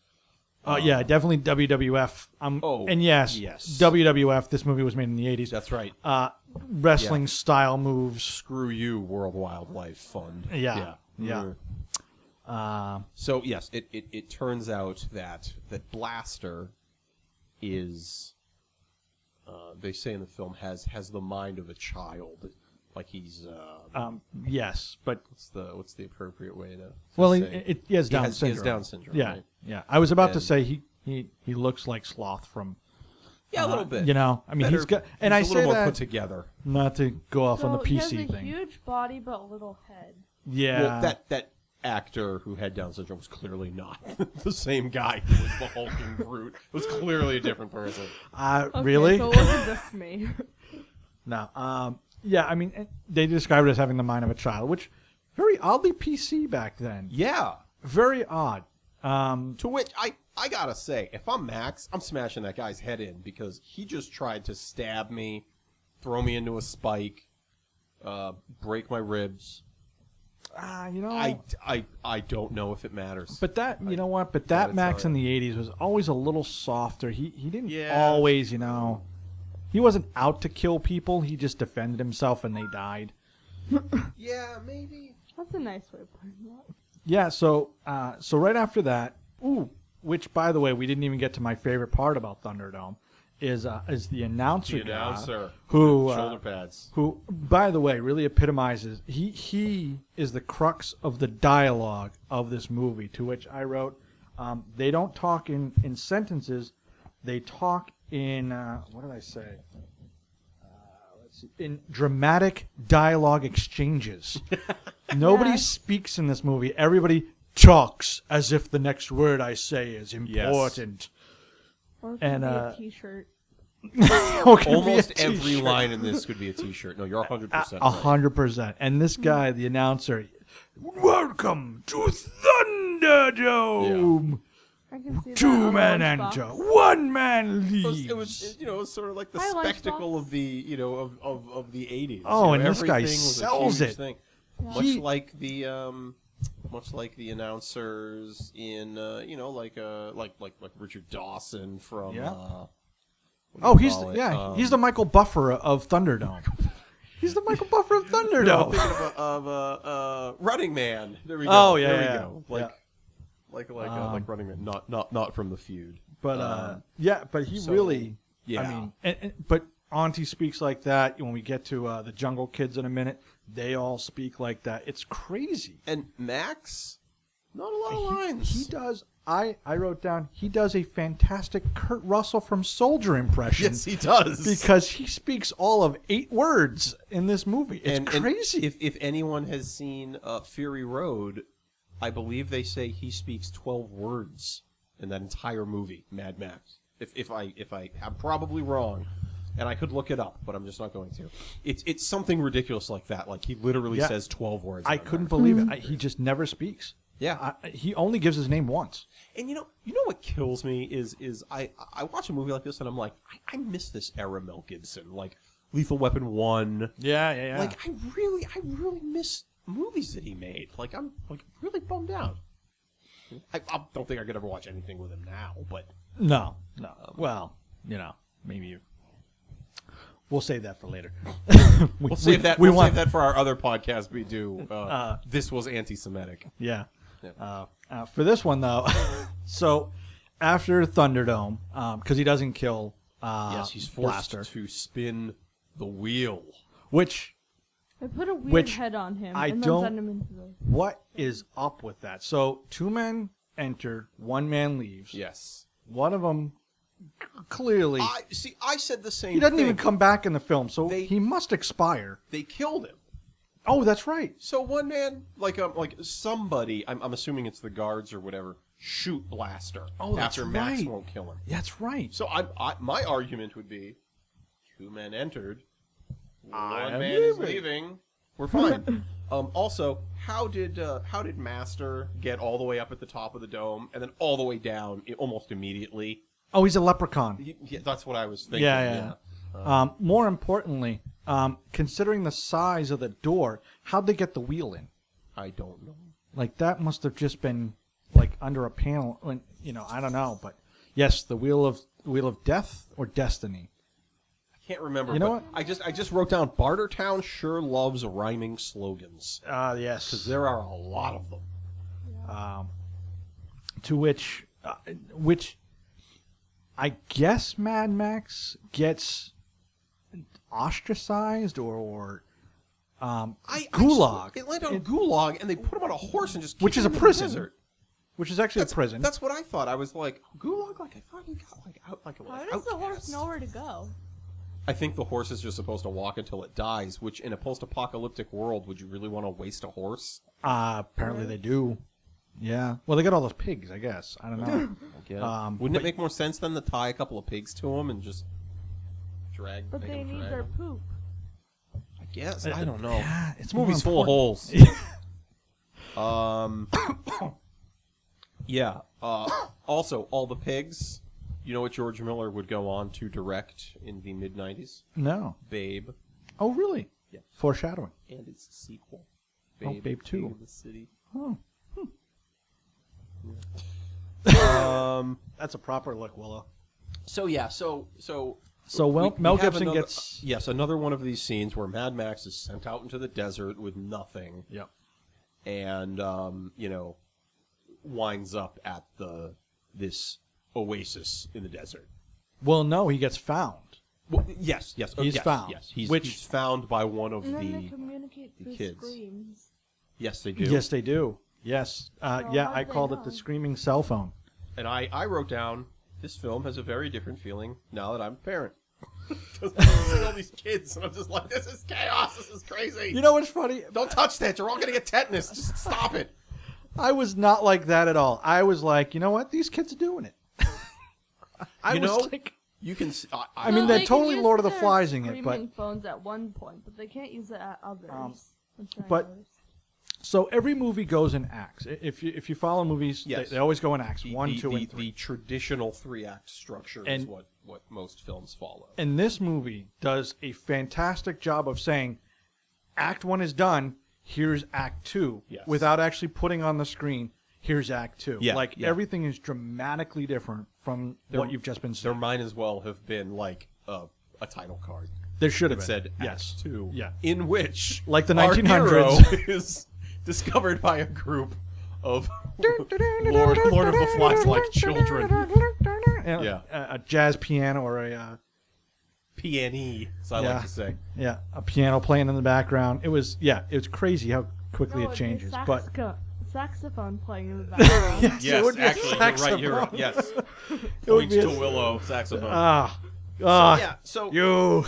Speaker 4: Oh yeah, definitely WWF. Um,
Speaker 5: Uh, Oh,
Speaker 4: and yes,
Speaker 5: yes.
Speaker 4: WWF. This movie was made in the eighties.
Speaker 5: That's right.
Speaker 4: Uh, wrestling
Speaker 5: Yeah.
Speaker 4: style moves.
Speaker 5: Screw you, World Wildlife Fund.
Speaker 4: Yeah, yeah.
Speaker 5: Mhm.
Speaker 4: Uh,
Speaker 5: So yes, it, it, it turns out that that Blaster is uh, they say in the film has has the mind of a child, like he's uh,
Speaker 4: um, yes, but
Speaker 5: what's the what's the appropriate way to, to
Speaker 4: well, it,
Speaker 5: say?
Speaker 4: it, he has
Speaker 5: He
Speaker 4: Down
Speaker 5: has- he
Speaker 4: syndrome.
Speaker 5: has Down syndrome,
Speaker 4: Yeah,
Speaker 5: right.
Speaker 4: yeah. I was about to
Speaker 5: And-
Speaker 4: say he, he he looks like Sloth from
Speaker 5: yeah a little
Speaker 4: Uh,
Speaker 5: bit
Speaker 4: You know, I mean,
Speaker 5: Better-
Speaker 4: he's got, and
Speaker 5: he's
Speaker 4: I
Speaker 5: a little
Speaker 4: say
Speaker 5: more
Speaker 4: that
Speaker 5: put together.
Speaker 4: not to go off on the
Speaker 6: so he has
Speaker 4: PC
Speaker 6: a
Speaker 4: thing.
Speaker 6: huge body but little head.
Speaker 4: yeah,
Speaker 5: Well, that that actor who had Down syndrome was clearly not the same guy who was the hulking brute. It was clearly a different person.
Speaker 4: uh,
Speaker 6: Okay,
Speaker 4: really?
Speaker 6: So it wasn't just me.
Speaker 4: No. Um, yeah, I mean, eh, they described it as having the mind of a child, which very oddly PC back then.
Speaker 5: Yeah.
Speaker 4: Very odd. Um,
Speaker 5: To which I I gotta say, if I'm Max, I'm smashing that guy's head in because he just tried to stab me, throw me into a spike, uh, break my ribs.
Speaker 4: ah, you know,
Speaker 5: I, I I don't know if it matters.
Speaker 4: but that you know what? But
Speaker 5: Yeah,
Speaker 4: that
Speaker 5: it's
Speaker 4: Max
Speaker 5: not-
Speaker 4: in the '80s was always a little softer. He he didn't
Speaker 5: Yeah.
Speaker 4: always, you know, he wasn't out to kill people. He just defended himself, and they died.
Speaker 5: yeah, maybe.
Speaker 6: That's a nice way of putting that.
Speaker 4: Yeah, so uh, so right after that, ooh, which by the way, we didn't even get to my favorite part about Thunderdome, is uh, is the announcer,
Speaker 5: The
Speaker 4: guy,
Speaker 5: announcer.
Speaker 4: who uh,
Speaker 5: Shoulder pads.
Speaker 4: who by the way really epitomizes he he is the crux of the dialogue of this movie. To which I wrote, um, they don't talk in in sentences, they talk in uh, what did I say? Uh, let's see, In dramatic dialogue exchanges. Nobody
Speaker 6: Yeah.
Speaker 4: speaks in this movie. Everybody talks as if the next word I say is
Speaker 5: Yes.
Speaker 4: important.
Speaker 6: Or it
Speaker 4: And,
Speaker 6: could be
Speaker 4: uh,
Speaker 6: a T-shirt.
Speaker 4: Or it could be a
Speaker 5: Almost every
Speaker 4: t-shirt.
Speaker 5: line in this could be a T-shirt. No, you're 100.
Speaker 4: A
Speaker 5: percent
Speaker 4: a hundred percent. And this
Speaker 5: Hmm.
Speaker 4: guy, the announcer, welcome to Thunderdome.
Speaker 6: I can see that
Speaker 4: Two
Speaker 6: on
Speaker 4: man
Speaker 6: Lunchbox.
Speaker 4: enter, one man
Speaker 5: It
Speaker 4: leaves.
Speaker 5: was, it was, you know, it was sort of like the
Speaker 6: Hi, Lunchbox.
Speaker 5: spectacle of the, you know, of, of, of the 80s.
Speaker 4: Oh,
Speaker 5: You know,
Speaker 4: and this guy
Speaker 5: everything was a
Speaker 4: sells
Speaker 5: huge
Speaker 4: it.
Speaker 5: Thing.
Speaker 6: Yeah.
Speaker 5: Much
Speaker 4: He-
Speaker 5: like the, um, much like the announcers in, uh, you know, like, uh, like, like, like Richard Dawson from.
Speaker 4: Yeah.
Speaker 5: Uh, what do
Speaker 4: oh,
Speaker 5: you
Speaker 4: he's
Speaker 5: call
Speaker 4: the,
Speaker 5: it?
Speaker 4: yeah,
Speaker 5: Um,
Speaker 4: he's the Michael Buffer of Thunderdome. he's the Michael Buffer of
Speaker 5: No, I'm
Speaker 4: Thunderdome.
Speaker 5: thinking of, a, of a, uh, Running Man. There we go.
Speaker 4: Oh, yeah,
Speaker 5: there we
Speaker 4: yeah,
Speaker 5: go.
Speaker 4: yeah.
Speaker 5: Like, like, like, uh,
Speaker 4: Um,
Speaker 5: like Running Man. Not, not, not from the feud.
Speaker 4: but uh,
Speaker 5: Um,
Speaker 4: yeah, but he
Speaker 5: so,
Speaker 4: really.
Speaker 5: yeah.
Speaker 4: I mean, and, and- but Auntie speaks like that. When we get to uh, the Jungle Kids in a minute, they all speak like that. It's crazy.
Speaker 5: and Max, not a lot
Speaker 4: He-
Speaker 5: of
Speaker 4: He
Speaker 5: lines.
Speaker 4: does. I, I wrote down he does a fantastic Kurt Russell from Soldier impression
Speaker 5: Yes, he does.
Speaker 4: because he speaks all of eight words in this movie. It's
Speaker 5: and, and
Speaker 4: crazy.
Speaker 5: if if anyone has seen uh, Fury Road, I believe they say he speaks twelve words in that entire movie, Mad Max. If if I if I I'm probably wrong, and I could look it up, but I'm just not going to. It's it's something ridiculous like that. Like he literally
Speaker 4: Yeah.
Speaker 5: says twelve words.
Speaker 4: I
Speaker 5: in that
Speaker 4: couldn't
Speaker 5: movie.
Speaker 4: believe it. I, he just never speaks.
Speaker 5: Yeah.
Speaker 4: I, I- he only gives his name once.
Speaker 5: And you know, you know what kills me is is I I watch a movie like this and I'm like I, I miss this era Mel Gibson like Lethal Weapon one.
Speaker 4: Yeah, yeah, yeah.
Speaker 5: Like I really I really miss movies that he made. Like I'm like really bummed out. I, I don't think I could ever watch anything with him now, but
Speaker 4: no, no. Well, you know, maybe you. We'll save that for later. we,
Speaker 5: we'll save that.
Speaker 4: We
Speaker 5: We will
Speaker 4: want
Speaker 5: save that for our other podcast we do. Uh,
Speaker 4: Uh,
Speaker 5: this was anti-Semitic.
Speaker 4: Yeah.
Speaker 5: Yeah.
Speaker 4: Uh, uh, for this one though, so after Thunderdome, because he doesn't kill. Uh,
Speaker 5: yes, he's forced
Speaker 4: Blaster,
Speaker 5: to spin the wheel.
Speaker 4: which
Speaker 6: They put a weird
Speaker 4: Which
Speaker 6: head on him
Speaker 4: I
Speaker 6: and
Speaker 4: don't-
Speaker 6: then send him into the.
Speaker 4: what is up with that? So two men enter, one man leaves.
Speaker 5: Yes.
Speaker 4: One of them clearly
Speaker 5: I see. I said the same.
Speaker 4: he doesn't
Speaker 5: thing.
Speaker 4: even come back in the film, so
Speaker 5: They-
Speaker 4: he must expire.
Speaker 5: They killed him.
Speaker 4: Oh, that's right.
Speaker 5: So one man, like um, like somebody, I'm, I'm assuming it's the guards or whatever, shoot Blaster
Speaker 4: Oh, that's
Speaker 5: after Max
Speaker 4: right.
Speaker 5: won't kill him.
Speaker 4: That's right.
Speaker 5: So I, I my argument would be, two men entered,
Speaker 4: I'm
Speaker 5: one man is
Speaker 4: leaving.
Speaker 5: leaving. We're fine. um, also, how did uh, how did Master get all the way up at the top of the dome and then all the way down i- almost immediately?
Speaker 4: Oh, he's a leprechaun.
Speaker 5: Y- yeah, that's what I was
Speaker 4: Yeah,
Speaker 5: thinking.
Speaker 4: yeah. yeah. Um, more importantly, um, considering the size of the door, how'd they get the wheel in?
Speaker 5: I don't know.
Speaker 4: Like that must have just been like under a panel. When you know, I don't know, but yes, the wheel of wheel of death or destiny.
Speaker 5: I can't remember.
Speaker 4: You know
Speaker 5: but
Speaker 4: what?
Speaker 5: I just I just wrote down Bartertown sure loves rhyming slogans.
Speaker 4: Ah, yes.
Speaker 5: There are a lot of them.
Speaker 4: to which uh, which I guess Mad Max gets ostracized or, or um,
Speaker 5: I,
Speaker 4: Gulag.
Speaker 5: I, it landed on Gulag, and they put him on a horse and just
Speaker 4: Which
Speaker 5: kicked
Speaker 4: is
Speaker 5: him
Speaker 4: a
Speaker 5: in the
Speaker 4: prison.
Speaker 5: desert.
Speaker 4: which is actually
Speaker 5: That's
Speaker 4: a prison.
Speaker 5: That's what I thought. I was like Gulag. Like I thought he got like out like.
Speaker 6: How
Speaker 5: like,
Speaker 6: does the horse
Speaker 5: outcast.
Speaker 6: know where to go?
Speaker 5: I think the horse is just supposed to walk until it dies. Which in a post-apocalyptic world, would you really want to waste a horse?
Speaker 4: uh, apparently they do. Yeah. Well, they got all those pigs, I guess. I don't know. Um,
Speaker 5: Wouldn't it make more sense then to tie a couple of pigs to him and just drag?
Speaker 6: But
Speaker 5: make
Speaker 6: they
Speaker 5: him
Speaker 6: need
Speaker 5: drag
Speaker 6: their
Speaker 5: 'em?
Speaker 6: poop.
Speaker 5: I guess I don't know.
Speaker 4: Uh, Yeah, it's
Speaker 5: This movie's full
Speaker 4: more
Speaker 5: of holes.
Speaker 4: important.
Speaker 5: Um. yeah. Uh, also, all the pigs. You know what George Miller would go on to direct in the mid '90s?
Speaker 4: no.
Speaker 5: Babe,
Speaker 4: Oh, really?
Speaker 5: Yeah.
Speaker 4: Foreshadowing.
Speaker 5: and its sequel.
Speaker 4: Oh, Babe
Speaker 5: King
Speaker 4: 2.
Speaker 5: of the City.
Speaker 4: Oh,
Speaker 5: Um.
Speaker 4: that's a proper look, Willow.
Speaker 5: So yeah. So so.
Speaker 4: So well,
Speaker 5: we- we
Speaker 4: Mel
Speaker 5: have
Speaker 4: Gibson
Speaker 5: another- uh,
Speaker 4: gets.
Speaker 5: yes another one of these scenes where Mad Max is sent out into the desert with nothing.
Speaker 4: Yep.
Speaker 5: and um, you know winds up at the this oasis in the desert.
Speaker 4: Well, no, he gets found.
Speaker 5: Well, yes, yes, oh,
Speaker 4: He's
Speaker 5: yes,
Speaker 4: found,
Speaker 5: Yes, he's,
Speaker 4: which-
Speaker 5: he's found by one of
Speaker 6: And then they
Speaker 5: the.
Speaker 6: communicate
Speaker 5: the
Speaker 6: through
Speaker 5: kids.
Speaker 6: screams.
Speaker 5: Yes, they do.
Speaker 4: Yes, they do. Yes. Uh,
Speaker 6: So
Speaker 4: yeah,
Speaker 6: how'd
Speaker 4: I
Speaker 6: they
Speaker 4: called it
Speaker 6: know?
Speaker 4: the screaming cell phone.
Speaker 5: and I I wrote down this film has a very different feeling now that I'm a parent. Seeing all these kids, and I'm just like, this is chaos. This is crazy.
Speaker 4: You know what's funny?
Speaker 5: Don't touch that. You're all gonna get tetanus. Just stop it.
Speaker 4: I was not like that at all. I was like, you know what? These kids are doing it. I
Speaker 5: You
Speaker 4: was
Speaker 5: know-
Speaker 4: like,
Speaker 5: You can. s- I,
Speaker 4: I mean,
Speaker 6: Well,
Speaker 4: they're
Speaker 6: can
Speaker 4: totally
Speaker 6: use
Speaker 4: Lord of the
Speaker 6: their
Speaker 4: Flies in it, but- Um,
Speaker 6: screaming phones at one point, but they can't use it at others. That's what I
Speaker 4: but-
Speaker 6: noticed.
Speaker 4: so every movie goes in acts. I- If you if you follow movies,
Speaker 5: Yes.
Speaker 4: they, they always go in acts
Speaker 5: the,
Speaker 4: one,
Speaker 5: the,
Speaker 4: two,
Speaker 5: the,
Speaker 4: and E, three.
Speaker 5: the traditional three act structure is
Speaker 4: And-
Speaker 5: what what most films follow.
Speaker 4: and this movie does a fantastic job of saying, Act One is done. Here's Act Two,
Speaker 5: Yes.
Speaker 4: without actually putting on the screen. Here's Act Two.
Speaker 5: Yeah,
Speaker 4: like
Speaker 5: yeah.
Speaker 4: everything is dramatically different from
Speaker 5: There-
Speaker 4: what you've just been
Speaker 5: There
Speaker 4: seeing.
Speaker 5: might as well have been like a, a title card
Speaker 4: There should have
Speaker 5: that
Speaker 4: been.
Speaker 5: said
Speaker 4: yes.
Speaker 5: yes to
Speaker 4: Yeah.
Speaker 5: in which
Speaker 4: Like the
Speaker 5: our
Speaker 4: 1900s.
Speaker 5: hero is discovered by a group of Lord, Lord of the Flies like children.
Speaker 4: And
Speaker 5: Yeah.
Speaker 4: A, a jazz piano or a uh,
Speaker 5: PNE, E, as I
Speaker 4: Yeah.
Speaker 5: like to say.
Speaker 4: yeah a piano playing in the background. It was yeah. It was crazy how quickly
Speaker 6: No,
Speaker 4: it
Speaker 6: it's a
Speaker 4: changes. But
Speaker 6: saxco- saxophone playing in the background.
Speaker 4: it would
Speaker 5: Yes,
Speaker 4: be a
Speaker 5: actually, you're right. You're right.
Speaker 4: saxophone.
Speaker 5: Yes,
Speaker 4: it would
Speaker 5: points
Speaker 4: be
Speaker 5: to
Speaker 4: a-
Speaker 5: Willow saxophone.
Speaker 4: ah
Speaker 5: so,
Speaker 4: ah
Speaker 5: yeah. So
Speaker 4: you.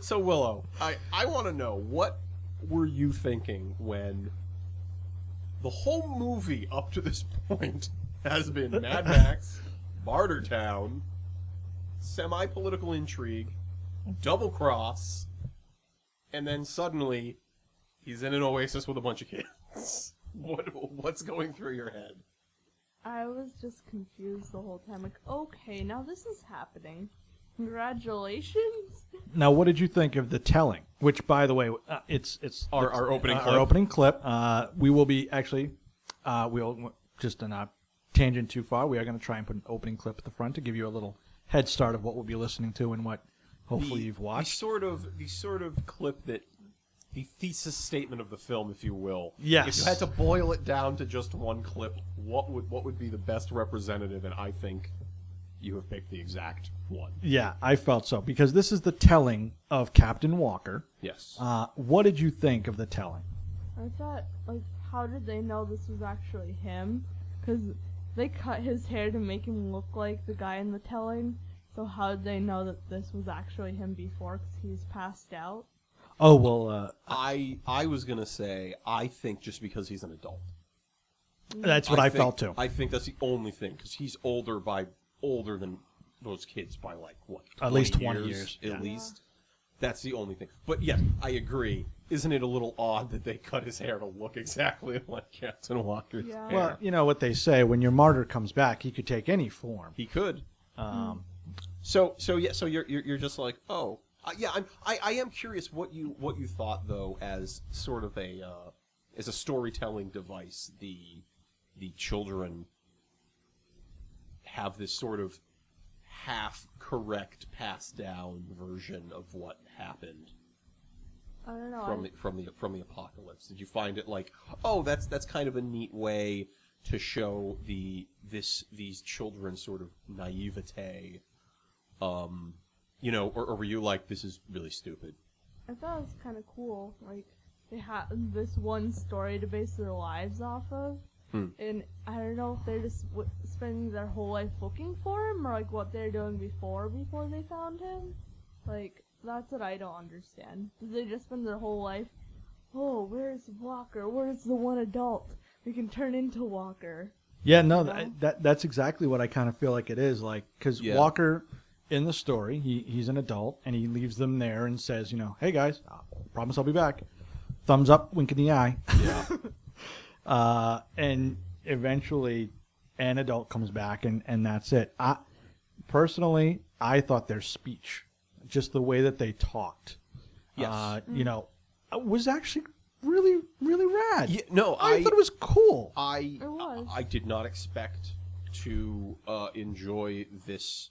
Speaker 5: So Willow, I I want to know what were you thinking when the whole movie up to this point has been Mad Max, Bartertown, semi-political intrigue, double cross, and then suddenly he's in an oasis with a bunch of kids. What what's going through your head?
Speaker 6: I was just confused the whole time. Like, okay, now this is happening. Congratulations.
Speaker 4: Now, what did you think of the telling? Which, by the way, uh, it's it's
Speaker 5: Our- our opening
Speaker 4: uh,
Speaker 5: clip.
Speaker 4: Our opening clip. Uh, we will be actually, uh, we'll just a not tangent too far. We are going to try and put an opening clip at the front to give you a little head start of what we'll be listening to and what hopefully
Speaker 5: the-
Speaker 4: you've watched.
Speaker 5: the sort of the sort of clip that the thesis statement of the film, if you will.
Speaker 4: Yes.
Speaker 5: If you had to boil it down to just one clip, what would what would be the best representative? And I think you have picked the exact one.
Speaker 4: Yeah, I felt so because this is the telling of Captain Walker.
Speaker 5: Yes.
Speaker 4: Uh, what did you think of the telling?
Speaker 6: I thought, like, how did they know this was actually him? Because they cut his hair to make him look like the guy in the telling. So how did they know that this was actually him before? Because he's passed out.
Speaker 4: Oh well, uh,
Speaker 5: I I was gonna say I think just because he's an adult.
Speaker 4: that's what I,
Speaker 5: think-
Speaker 4: felt too.
Speaker 5: I think that's the only thing because he's older by older than those kids by like what?
Speaker 4: At least
Speaker 5: 20
Speaker 4: 20 years,
Speaker 5: At
Speaker 4: yeah.
Speaker 5: least that's the only thing. But yes, I agree. Isn't it a little odd that they cut his hair to look exactly like Captain Walker's
Speaker 6: Yeah.
Speaker 5: hair?
Speaker 4: well, you know what they say: when your martyr comes back, he could take any form.
Speaker 5: he could.
Speaker 4: Um,
Speaker 5: So so yeah. So you're you're, you're just like oh uh, yeah. I'm I, I am curious what you what you thought though as sort of a uh, as a storytelling device. The the children have this sort of half correct passed down version of what happened
Speaker 6: I don't know.
Speaker 5: from the, from the from the apocalypse. Did you find it like, oh, that's that's kind of a neat way to show the this these children sort of naivete, um, you know, or, or were you like, this is really stupid?
Speaker 6: I thought it was kind of cool. Like they had this one story to base their lives off of,
Speaker 5: Hmm.
Speaker 6: and I don't know if they're just w- spending their whole life looking for him or like what they're doing before before they found him. Like that's what I don't understand. Did they just spend their whole life? Oh, where's Walker? Where's the one adult we can turn into Walker?
Speaker 4: Yeah, no,
Speaker 6: know?
Speaker 4: th- that that's exactly what I kind of feel like it is like because
Speaker 5: Yeah.
Speaker 4: Walker in the story, he he's an adult and he leaves them there and says, you know, hey guys, promise I'll be back. Thumbs up, wink in the eye.
Speaker 5: Yeah,
Speaker 4: Uh, and eventually, an adult comes back and and that's it. I personally, I thought their speech, just the way that they talked,
Speaker 5: yes.
Speaker 4: uh, you know, was actually really really rad.
Speaker 5: Yeah, no,
Speaker 4: I,
Speaker 5: I
Speaker 4: thought it was cool.
Speaker 5: I
Speaker 6: It was.
Speaker 5: I did not expect to uh, enjoy this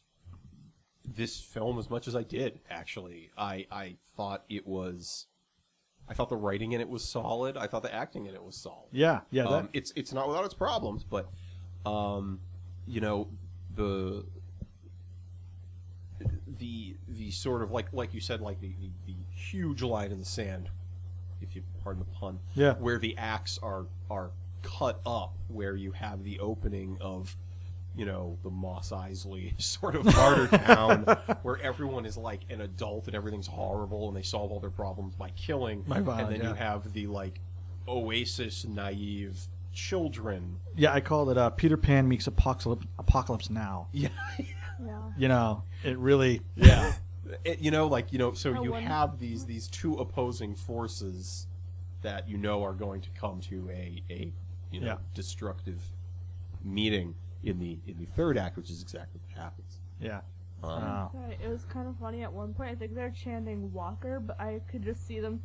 Speaker 5: this film as much as I did. Actually, I I thought it was. I thought the writing in it was solid. I thought the acting in it was solid.
Speaker 4: yeah, yeah, that,
Speaker 5: Um, it's it's not without its problems, but um, you know the the the sort of like like you said like the, the, the huge line in the sand, if you pardon the pun,
Speaker 4: Yeah.
Speaker 5: where the acts are are cut up, where you have the opening of you know, the Moss Isley sort of martyr town where everyone is like an adult and everything's horrible and they solve all their problems by killing.
Speaker 4: By violence,
Speaker 5: and then
Speaker 4: yeah.
Speaker 5: you have the like oasis naive children.
Speaker 4: Yeah, I called it uh, Peter Pan meets Apocalypse, Apocalypse Now.
Speaker 5: Yeah.
Speaker 6: Yeah.
Speaker 4: You know, it really.
Speaker 5: Yeah. It, you know, like, you know, so
Speaker 6: How
Speaker 5: you
Speaker 6: wonderful.
Speaker 5: have these these two opposing forces that you know are going to come to a, a you know,
Speaker 4: Yeah.
Speaker 5: destructive meeting in the in the third act, which is exactly what happens.
Speaker 4: Yeah.
Speaker 5: Um,
Speaker 4: Uh,
Speaker 6: Sorry, it was kind of funny at one point. I think they're chanting Walker, but I could just see them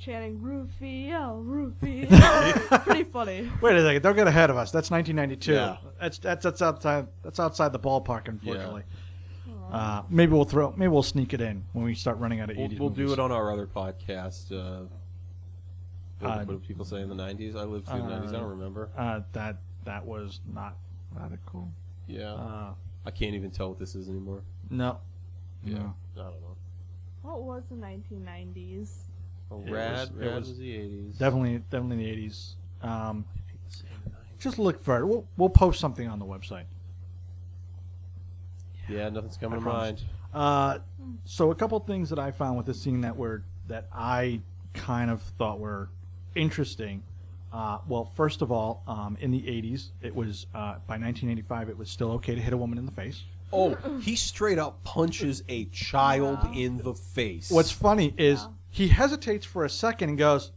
Speaker 6: chanting Rufio, Rufio. oh. Pretty funny.
Speaker 4: wait a second! Don't get ahead of us. That's 1992.
Speaker 5: Yeah.
Speaker 4: That's that's that's outside that's outside the ballpark, unfortunately. Uh, maybe we'll throw maybe we'll sneak it in when we start running out of
Speaker 5: We'll,
Speaker 4: 80s.
Speaker 5: we'll do
Speaker 4: movies.
Speaker 5: it on our other podcast. Uh, what,
Speaker 4: Uh,
Speaker 5: what do people say in the '90s? I lived through the '90s. I don't remember.
Speaker 4: Uh, that that was not radical.
Speaker 5: Yeah,
Speaker 4: Uh,
Speaker 5: I can't even tell what this is anymore.
Speaker 4: no.
Speaker 5: Yeah,
Speaker 4: No.
Speaker 5: I don't know.
Speaker 6: What was the 1990s?
Speaker 5: Well,
Speaker 4: It
Speaker 5: rad,
Speaker 4: was- it
Speaker 5: rad
Speaker 4: was
Speaker 5: was, the '80s.
Speaker 4: Definitely definitely the 80s. Um, just look for it. We'll we'll post something on the website.
Speaker 5: Yeah, nothing's coming
Speaker 4: I
Speaker 5: to
Speaker 4: promise.
Speaker 5: mind.
Speaker 4: Uh, so a couple things that I found with this scene that were that I kind of thought were interesting. Uh, well, first of all, um, in the '80s, it was uh, by 1985, it was still okay to hit a woman in the face.
Speaker 5: Oh, he straight up punches a child in the face.
Speaker 4: What's funny is he hesitates for a second and goes,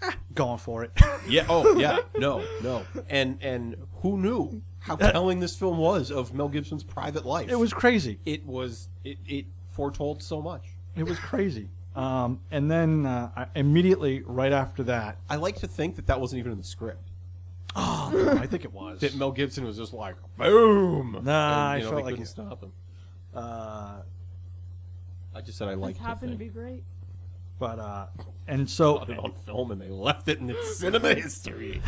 Speaker 4: "Ah, "Going for it."
Speaker 5: yeah? Oh, yeah. No, no. And and who knew how telling this film was of Mel Gibson's private life?
Speaker 4: it was crazy.
Speaker 5: It was. It, it foretold so much.
Speaker 4: It was crazy. Um, and then uh, I- immediately right after that,
Speaker 5: I like to think that that wasn't even in the script.
Speaker 4: I think it was.
Speaker 5: that Mel Gibson was just like boom.
Speaker 4: Nah,
Speaker 5: and,
Speaker 4: I
Speaker 5: you know,
Speaker 4: felt
Speaker 5: they
Speaker 4: like
Speaker 5: couldn't
Speaker 4: it-
Speaker 5: stop him.
Speaker 4: Uh,
Speaker 5: I just said I like
Speaker 6: this happened
Speaker 5: to
Speaker 6: to be
Speaker 5: think.
Speaker 6: great.
Speaker 4: but uh, and so
Speaker 5: Put it on film and they left it in its cinema history.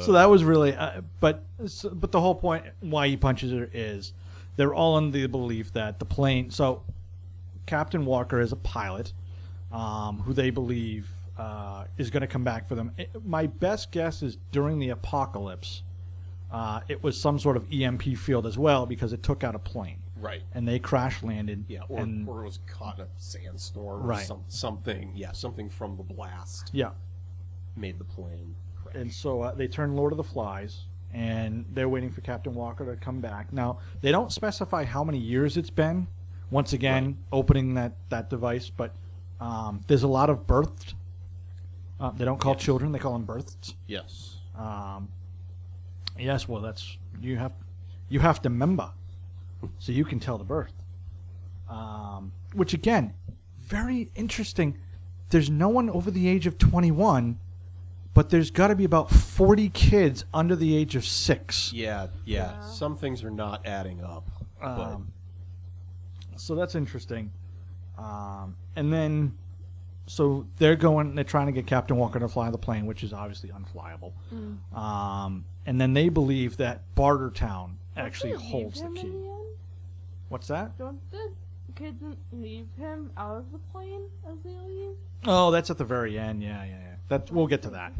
Speaker 4: So that was really, uh, but so, but the whole point why he punches her is they're all under the belief that the plane. So Captain Walker is a pilot um, who they believe uh, is going to come back for them. It- my best guess is during the apocalypse, uh, it was some sort of EMP field as well because it took out a plane
Speaker 5: Right.
Speaker 4: and they crash landed.
Speaker 5: Yeah, or,
Speaker 4: and-
Speaker 5: or it was caught in a sandstorm or
Speaker 4: Right.
Speaker 5: some, something. Yeah, something from the blast
Speaker 4: yeah,
Speaker 5: made the plane crash.
Speaker 4: and so uh, they turn Lord of the Flies, and they're waiting for Captain Walker to come back. Now they don't specify how many years it's been. Once again, opening that that device, but um, there's a lot of birthed. Uh, they don't call children; they call them births.
Speaker 5: yes.
Speaker 4: Um, yes, well, that's you have you have to member, so you can tell the birth. Um, which again, very interesting. There's no one over the age of 21, but there's got to be about 40 kids under the age of six.
Speaker 5: Yeah, yeah, Some things are not adding up. But
Speaker 4: Um, so that's interesting. Um, and then, so they're going, they're trying to get Captain Walker to fly the plane, which is obviously unflyable. Um, and then they believe that Bartertown actually
Speaker 6: Didn't they
Speaker 4: holds the
Speaker 6: leave him
Speaker 4: key.
Speaker 6: in the end?
Speaker 4: What's that?
Speaker 6: Don't the kids leave him out of the plane as they leave?
Speaker 4: Oh, that's at the very end. Yeah, yeah, yeah. That we'll get to that.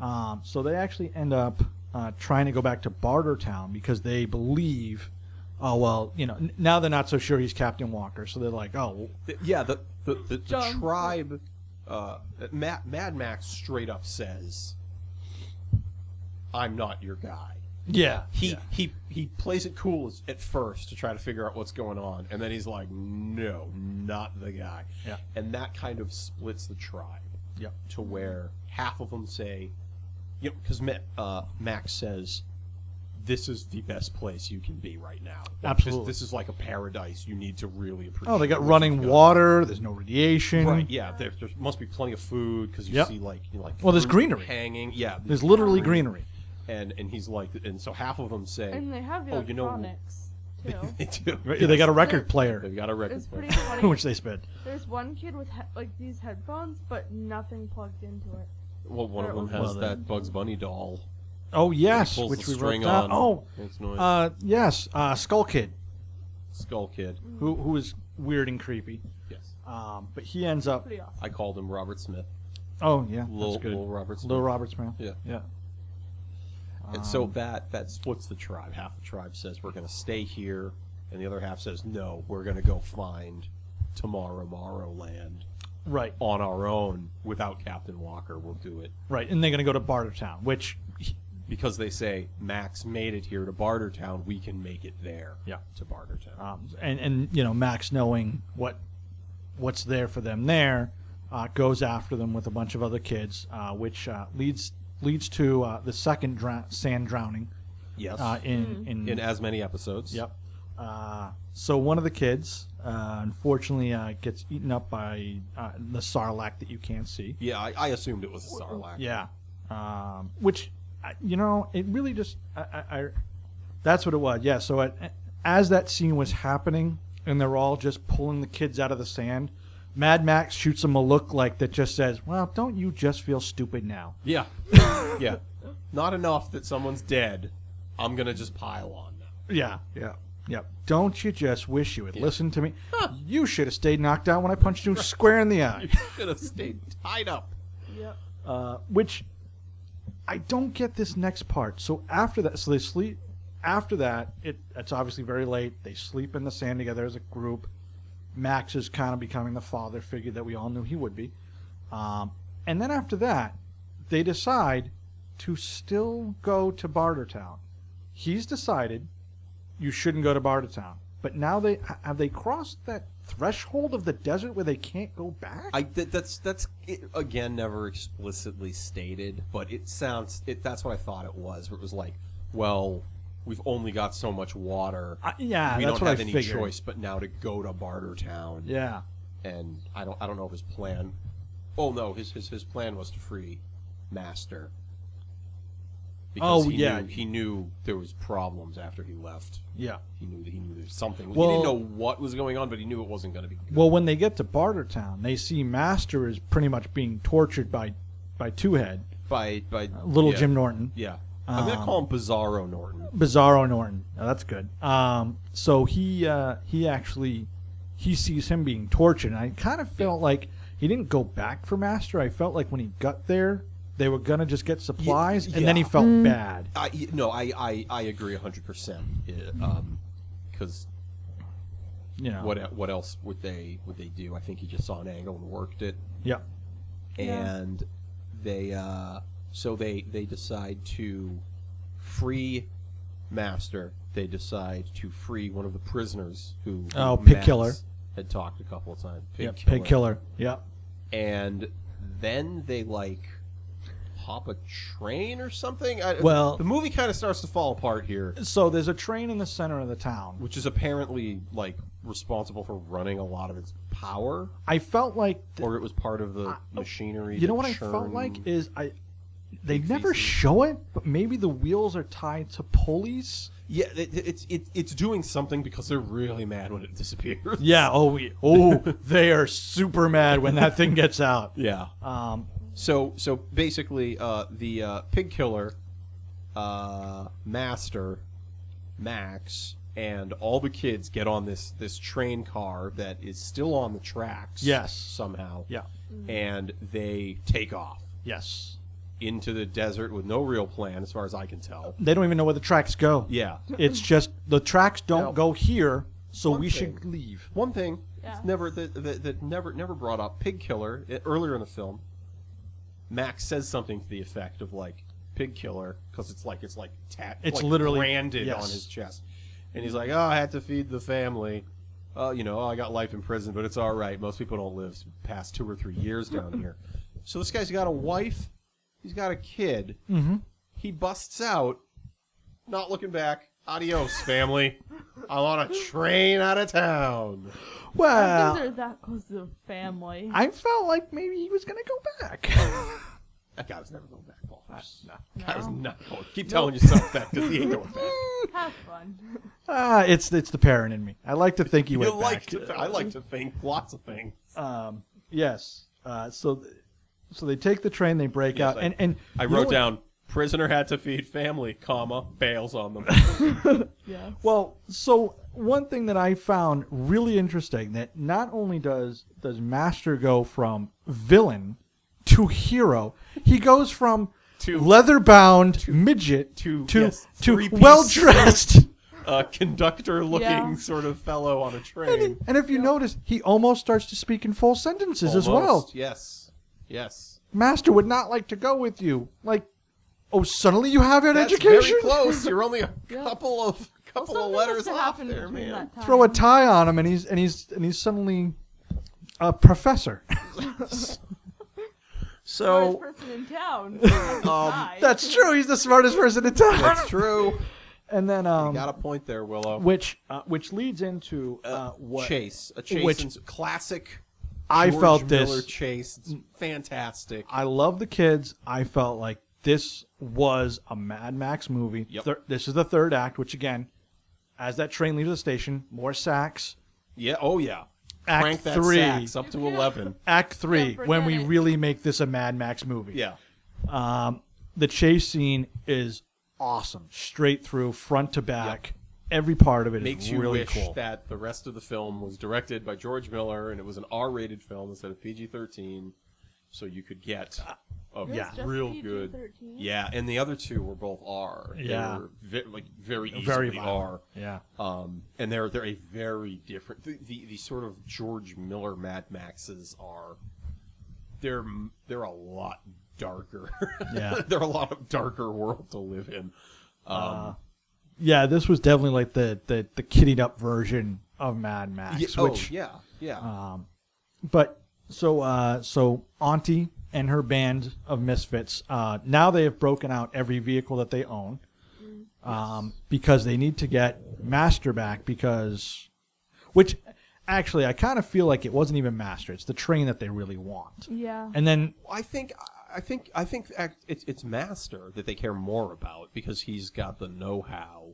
Speaker 4: Um, so they actually end up uh, trying to go back to Bartertown because they believe, oh well, you know, n- now they're not so sure he's Captain Walker. So they're like, oh,
Speaker 5: th- yeah, the the, the, the
Speaker 6: Jump.
Speaker 5: tribe. Uh, Mad, Mad Max straight up says, "I'm not your guy."
Speaker 4: yeah,
Speaker 5: he
Speaker 4: yeah.
Speaker 5: he he plays it cool as, at first to try to figure out what's going on, and then he's like, "No, not the guy."
Speaker 4: Yeah.
Speaker 5: And that kind of splits the tribe
Speaker 4: Yep.
Speaker 5: to where half of them say, "You know," because uh, Max says, "This is the best place you can be right now. Like, this-
Speaker 4: Absolutely.
Speaker 5: this, is like a paradise. You need to really appreciate."
Speaker 4: Oh, they got
Speaker 5: what
Speaker 4: running
Speaker 5: you've got."
Speaker 4: water. There's no radiation.
Speaker 5: Right, yeah. There, there must be plenty of food because you
Speaker 4: Yep.
Speaker 5: see like you know, like
Speaker 4: Well, there's
Speaker 5: fruit
Speaker 4: greenery.
Speaker 5: hanging. Yeah,
Speaker 4: There's literally greenery.
Speaker 5: and and he's like, and so half of them say,
Speaker 6: And they have
Speaker 5: Oh, you know-
Speaker 6: electronics, too.
Speaker 5: they do.
Speaker 4: They got a record player,
Speaker 5: They've got a record
Speaker 6: It's
Speaker 5: player.
Speaker 6: pretty funny.
Speaker 4: which they spit.
Speaker 6: There's one kid with he- like these headphones, but nothing plugged into it.
Speaker 5: Well, one of
Speaker 6: Well,
Speaker 5: them has
Speaker 4: then-
Speaker 5: that Bugs Bunny doll.
Speaker 4: Oh yes,
Speaker 5: Pulls
Speaker 4: which
Speaker 5: the
Speaker 4: we wrote
Speaker 5: string
Speaker 4: down.
Speaker 5: on.
Speaker 4: Oh,
Speaker 5: Makes noise.
Speaker 4: uh, yes, uh, Skull Kid,
Speaker 5: Skull Kid.
Speaker 4: who who is weird and creepy.
Speaker 5: Yes.
Speaker 4: Um, but he ends up.
Speaker 6: Pretty awesome.
Speaker 5: I called him Robert Smith.
Speaker 4: Oh yeah,
Speaker 5: Little,
Speaker 4: that's good.
Speaker 5: Robert Smith.
Speaker 4: Little Robert Smith.
Speaker 5: Yeah.
Speaker 4: Yeah.
Speaker 5: And so that that splits the tribe. Half the tribe says we're going to stay here, and the other half says no, we're going to go find Tomorrow Morrow Land
Speaker 4: Right,
Speaker 5: on our own without Captain Walker. We'll do it
Speaker 4: right. And they're going to go to Bartertown, which,
Speaker 5: because they say Max made it here to Bartertown. We can make it there.
Speaker 4: Yeah.
Speaker 5: to Bartertown.
Speaker 4: um, and and you know, Max knowing what what's there for them there, uh, goes after them with a bunch of other kids, uh, which uh, leads leads to uh, the second drow- sand drowning
Speaker 5: yes,
Speaker 4: uh, in, in
Speaker 5: in as many episodes.
Speaker 4: Yep. Uh, so one of the kids, uh, unfortunately, uh, gets eaten up by uh, the sarlacc that you can't see.
Speaker 5: Yeah, I, I assumed it was a Sarlacc.
Speaker 4: Yeah. Um, which, I- you know, it really just, I, I, I that's what it was. Yeah. So it, as that scene was happening, and they're all just pulling the kids out of the sand. Mad Max shoots them a look like that just says, "Well, don't you just feel stupid now?"
Speaker 5: Yeah. yeah. Not enough that someone's dead. I'm going to just pile on now.
Speaker 4: Yeah, yeah, yeah. Don't you just wish you would listen to me? You should have stayed knocked out when I punched you square in the eye.
Speaker 5: Should have stayed tied up.
Speaker 6: Yep.
Speaker 4: uh, which I don't get this next part. So after that, so they sleep. After that, it it's obviously very late. They sleep in the sand together as a group. Max is kind of becoming the father figure that we all knew he would be. Um, and then after that, they decide to still go to Bartertown. He's decided you shouldn't go to Bartertown. But now they have they crossed that threshold of the desert where they can't go back.
Speaker 5: I that, that's that's it, again never explicitly stated, but it sounds it that's what I thought it was. Where it was like, well, we've only got so much water.
Speaker 4: I- yeah,
Speaker 5: we
Speaker 4: that's
Speaker 5: don't
Speaker 4: what
Speaker 5: have
Speaker 4: I
Speaker 5: any
Speaker 4: figured.
Speaker 5: choice but now to go to Bartertown.
Speaker 4: yeah.
Speaker 5: And I don't I don't know if his plan Oh no, his his, his plan was to free Master. Because
Speaker 4: Oh,
Speaker 5: he
Speaker 4: yeah.
Speaker 5: knew, he knew there was problems after he left.
Speaker 4: Yeah.
Speaker 5: He knew that he knew there was something. he
Speaker 4: Well-
Speaker 5: didn't know what was going on, but he knew it wasn't going to be. Good.
Speaker 4: Well, when they get to Bartertown, they see Master is pretty much being tortured by by Two Head,
Speaker 5: by by
Speaker 4: little
Speaker 5: yeah,
Speaker 4: Jim Norton, Um.
Speaker 5: Yeah, I'm gonna call him Bizarro Norton.
Speaker 4: Bizarro Norton. Now, that's good. Um, so he uh, he actually he sees him being tortured, and I kind of felt like he didn't go back for Master. I felt like when he got there, they were gonna just get supplies, and then he
Speaker 5: yeah.
Speaker 4: felt bad.
Speaker 5: I y no, I I, I agree 100. percent Um, because
Speaker 4: You know.
Speaker 5: what e- what else would they would they do? I think he just saw an angle and worked it,
Speaker 4: Yeah.
Speaker 5: and they uh so they they decide to free Master. They decide to free one of the prisoners who, who
Speaker 4: Oh, Pig
Speaker 5: Max
Speaker 4: Killer.
Speaker 5: had talked a couple of times.
Speaker 4: Pig, yeah, pig killer. Yeah.
Speaker 5: and then they like hop a train or something. I,
Speaker 4: Well-
Speaker 5: the movie kind of starts to fall apart here,
Speaker 4: So there's a train in the center of the town,
Speaker 5: which is apparently like responsible for running a lot of its power,
Speaker 4: I felt like
Speaker 5: or it was part of the machinery.
Speaker 4: oh, You know
Speaker 5: that
Speaker 4: what I felt
Speaker 5: churned-
Speaker 4: like is I they
Speaker 5: Pig
Speaker 4: never
Speaker 5: feces.
Speaker 4: show it, but maybe the wheels are tied to pulleys.
Speaker 5: yeah, it, it's it, it's doing something because they're really mad when it disappears.
Speaker 4: Yeah. Oh, we, oh, they are super mad when that thing gets out.
Speaker 5: yeah.
Speaker 4: Um,
Speaker 5: So so basically, uh, the uh, pig killer, uh, master, Max, and all the kids get on this this train car that is still on the tracks.
Speaker 4: Yes.
Speaker 5: somehow.
Speaker 4: yeah.
Speaker 5: and they take off
Speaker 4: Yes.
Speaker 5: into the desert with no real plan, as far as I can tell.
Speaker 4: They don't even know where the tracks go.
Speaker 5: Yeah.
Speaker 4: It's just the tracks don't
Speaker 5: Now-
Speaker 4: go here, so
Speaker 5: One
Speaker 4: we
Speaker 5: thing.
Speaker 4: should leave.
Speaker 5: One thing
Speaker 6: Yeah.
Speaker 5: that's never that, that, that never never brought up pig killer eh, earlier in the film. Max says something to the effect of like pig killer because it's like it's like tat
Speaker 4: It's
Speaker 5: like
Speaker 4: literally-
Speaker 5: branded on
Speaker 4: yes.
Speaker 5: his chest, and he's like, "Oh, I had to feed the family. Oh, you know, oh, I got life in prison, but it's all right. Most people don't live past two or three years down here. So this guy's got a wife, he's got a kid. Mm-hmm. He busts out, not looking back. Adios, family. I'm on a train out of town.
Speaker 6: I don't
Speaker 4: Well,
Speaker 6: think they're that close to the family.
Speaker 4: Uh. I felt like maybe he was gonna go back.
Speaker 5: That guy was never going back, Paul.
Speaker 6: No.
Speaker 5: That was not going. Keep telling yourself that because he ain't going back.
Speaker 6: Have fun.
Speaker 4: ah, it's it's the parent in me. I like to think he
Speaker 5: You
Speaker 4: went
Speaker 5: like
Speaker 4: back.
Speaker 5: to th- I like to think lots of things.
Speaker 4: Um, yes. Uh, so, th- so they take the train, they break
Speaker 5: Yes,
Speaker 4: out,
Speaker 5: I-
Speaker 4: and and
Speaker 5: I
Speaker 4: you know
Speaker 5: wrote
Speaker 4: what-
Speaker 5: down prisoner had to feed family, comma bails on them.
Speaker 6: Yeah.
Speaker 4: Well, so one thing that I found really interesting that not only does does Master go from villain to hero, he goes from
Speaker 5: Two-
Speaker 4: leather-bound midget
Speaker 5: two-
Speaker 4: to
Speaker 5: yes,
Speaker 4: to
Speaker 5: three-piece
Speaker 4: well-dressed.
Speaker 5: A conductor-looking
Speaker 6: Yeah.
Speaker 5: sort of fellow on a train.
Speaker 4: And if you notice, he almost starts to speak in full sentences as well.
Speaker 5: Almost, Yes. Yes.
Speaker 4: Master would not like to go with you. Like, oh, suddenly you have an
Speaker 5: That's
Speaker 4: education.
Speaker 5: Very close. You're only a
Speaker 6: Yeah.
Speaker 5: couple of couple of
Speaker 6: Something has
Speaker 5: letters
Speaker 6: to
Speaker 5: off
Speaker 6: happen
Speaker 5: there, man.
Speaker 6: between that time.
Speaker 4: Throw a tie on him, and he's and he's and he's suddenly a professor.
Speaker 5: So
Speaker 6: Smartest person in town.
Speaker 5: Um,
Speaker 6: Hi.
Speaker 4: That's true. He's the smartest person in town.
Speaker 5: that's true.
Speaker 4: And then,
Speaker 5: You
Speaker 4: um,
Speaker 5: got a point there, Willow.
Speaker 4: which uh, which leads into uh, what
Speaker 5: chase, a chase,
Speaker 4: which-
Speaker 5: in s- classic.
Speaker 4: I
Speaker 5: George
Speaker 4: felt this.
Speaker 5: Miller chase. It's fantastic.
Speaker 4: I love the kids. I felt like this was a Mad Max movie.
Speaker 5: Yep.
Speaker 4: Thir- this is the third act, which again, as that train leaves the station, more sacks.
Speaker 5: yeah. Oh yeah.
Speaker 4: Act
Speaker 5: Crank that
Speaker 4: three.
Speaker 5: sax up to eleven.
Speaker 4: Act three,
Speaker 6: forget
Speaker 4: when we
Speaker 6: it.
Speaker 4: really make this a Mad Max movie.
Speaker 5: Yeah.
Speaker 4: The chase scene is awesome, straight through, front to back. Every part of it is
Speaker 5: Makes you
Speaker 4: really
Speaker 5: wish
Speaker 4: cool.
Speaker 5: that the rest of the film was directed by George Miller and it was an R-rated film instead of PG-13, so you could get
Speaker 4: Uh,
Speaker 5: a
Speaker 6: It was just
Speaker 5: real good.
Speaker 6: PG-13?
Speaker 5: Yeah, and the other two were both R. They
Speaker 4: Yeah.
Speaker 5: were ve- like very easily
Speaker 4: Very
Speaker 5: R.
Speaker 4: violent. Yeah.
Speaker 5: Um, and they're they're a very different. The, the the sort of George Miller Mad Maxes are they're they're a lot darker.
Speaker 4: Yeah.
Speaker 5: they're a lot of darker world to live in. Um,
Speaker 4: Yeah, this was definitely like the the, the kiddied up version of Mad Max.
Speaker 5: yeah,
Speaker 4: which,
Speaker 5: oh yeah, yeah.
Speaker 4: But so uh, so Auntie and her band of misfits. Uh, now they have broken out every vehicle that they own, um, because they need to get Master back. Because, which actually, I kind of feel like it wasn't even Master. It's the train that they really want.
Speaker 6: Yeah.
Speaker 4: And then
Speaker 5: I think I think I think act- it's it's Master that they care more about because he's got the know-how.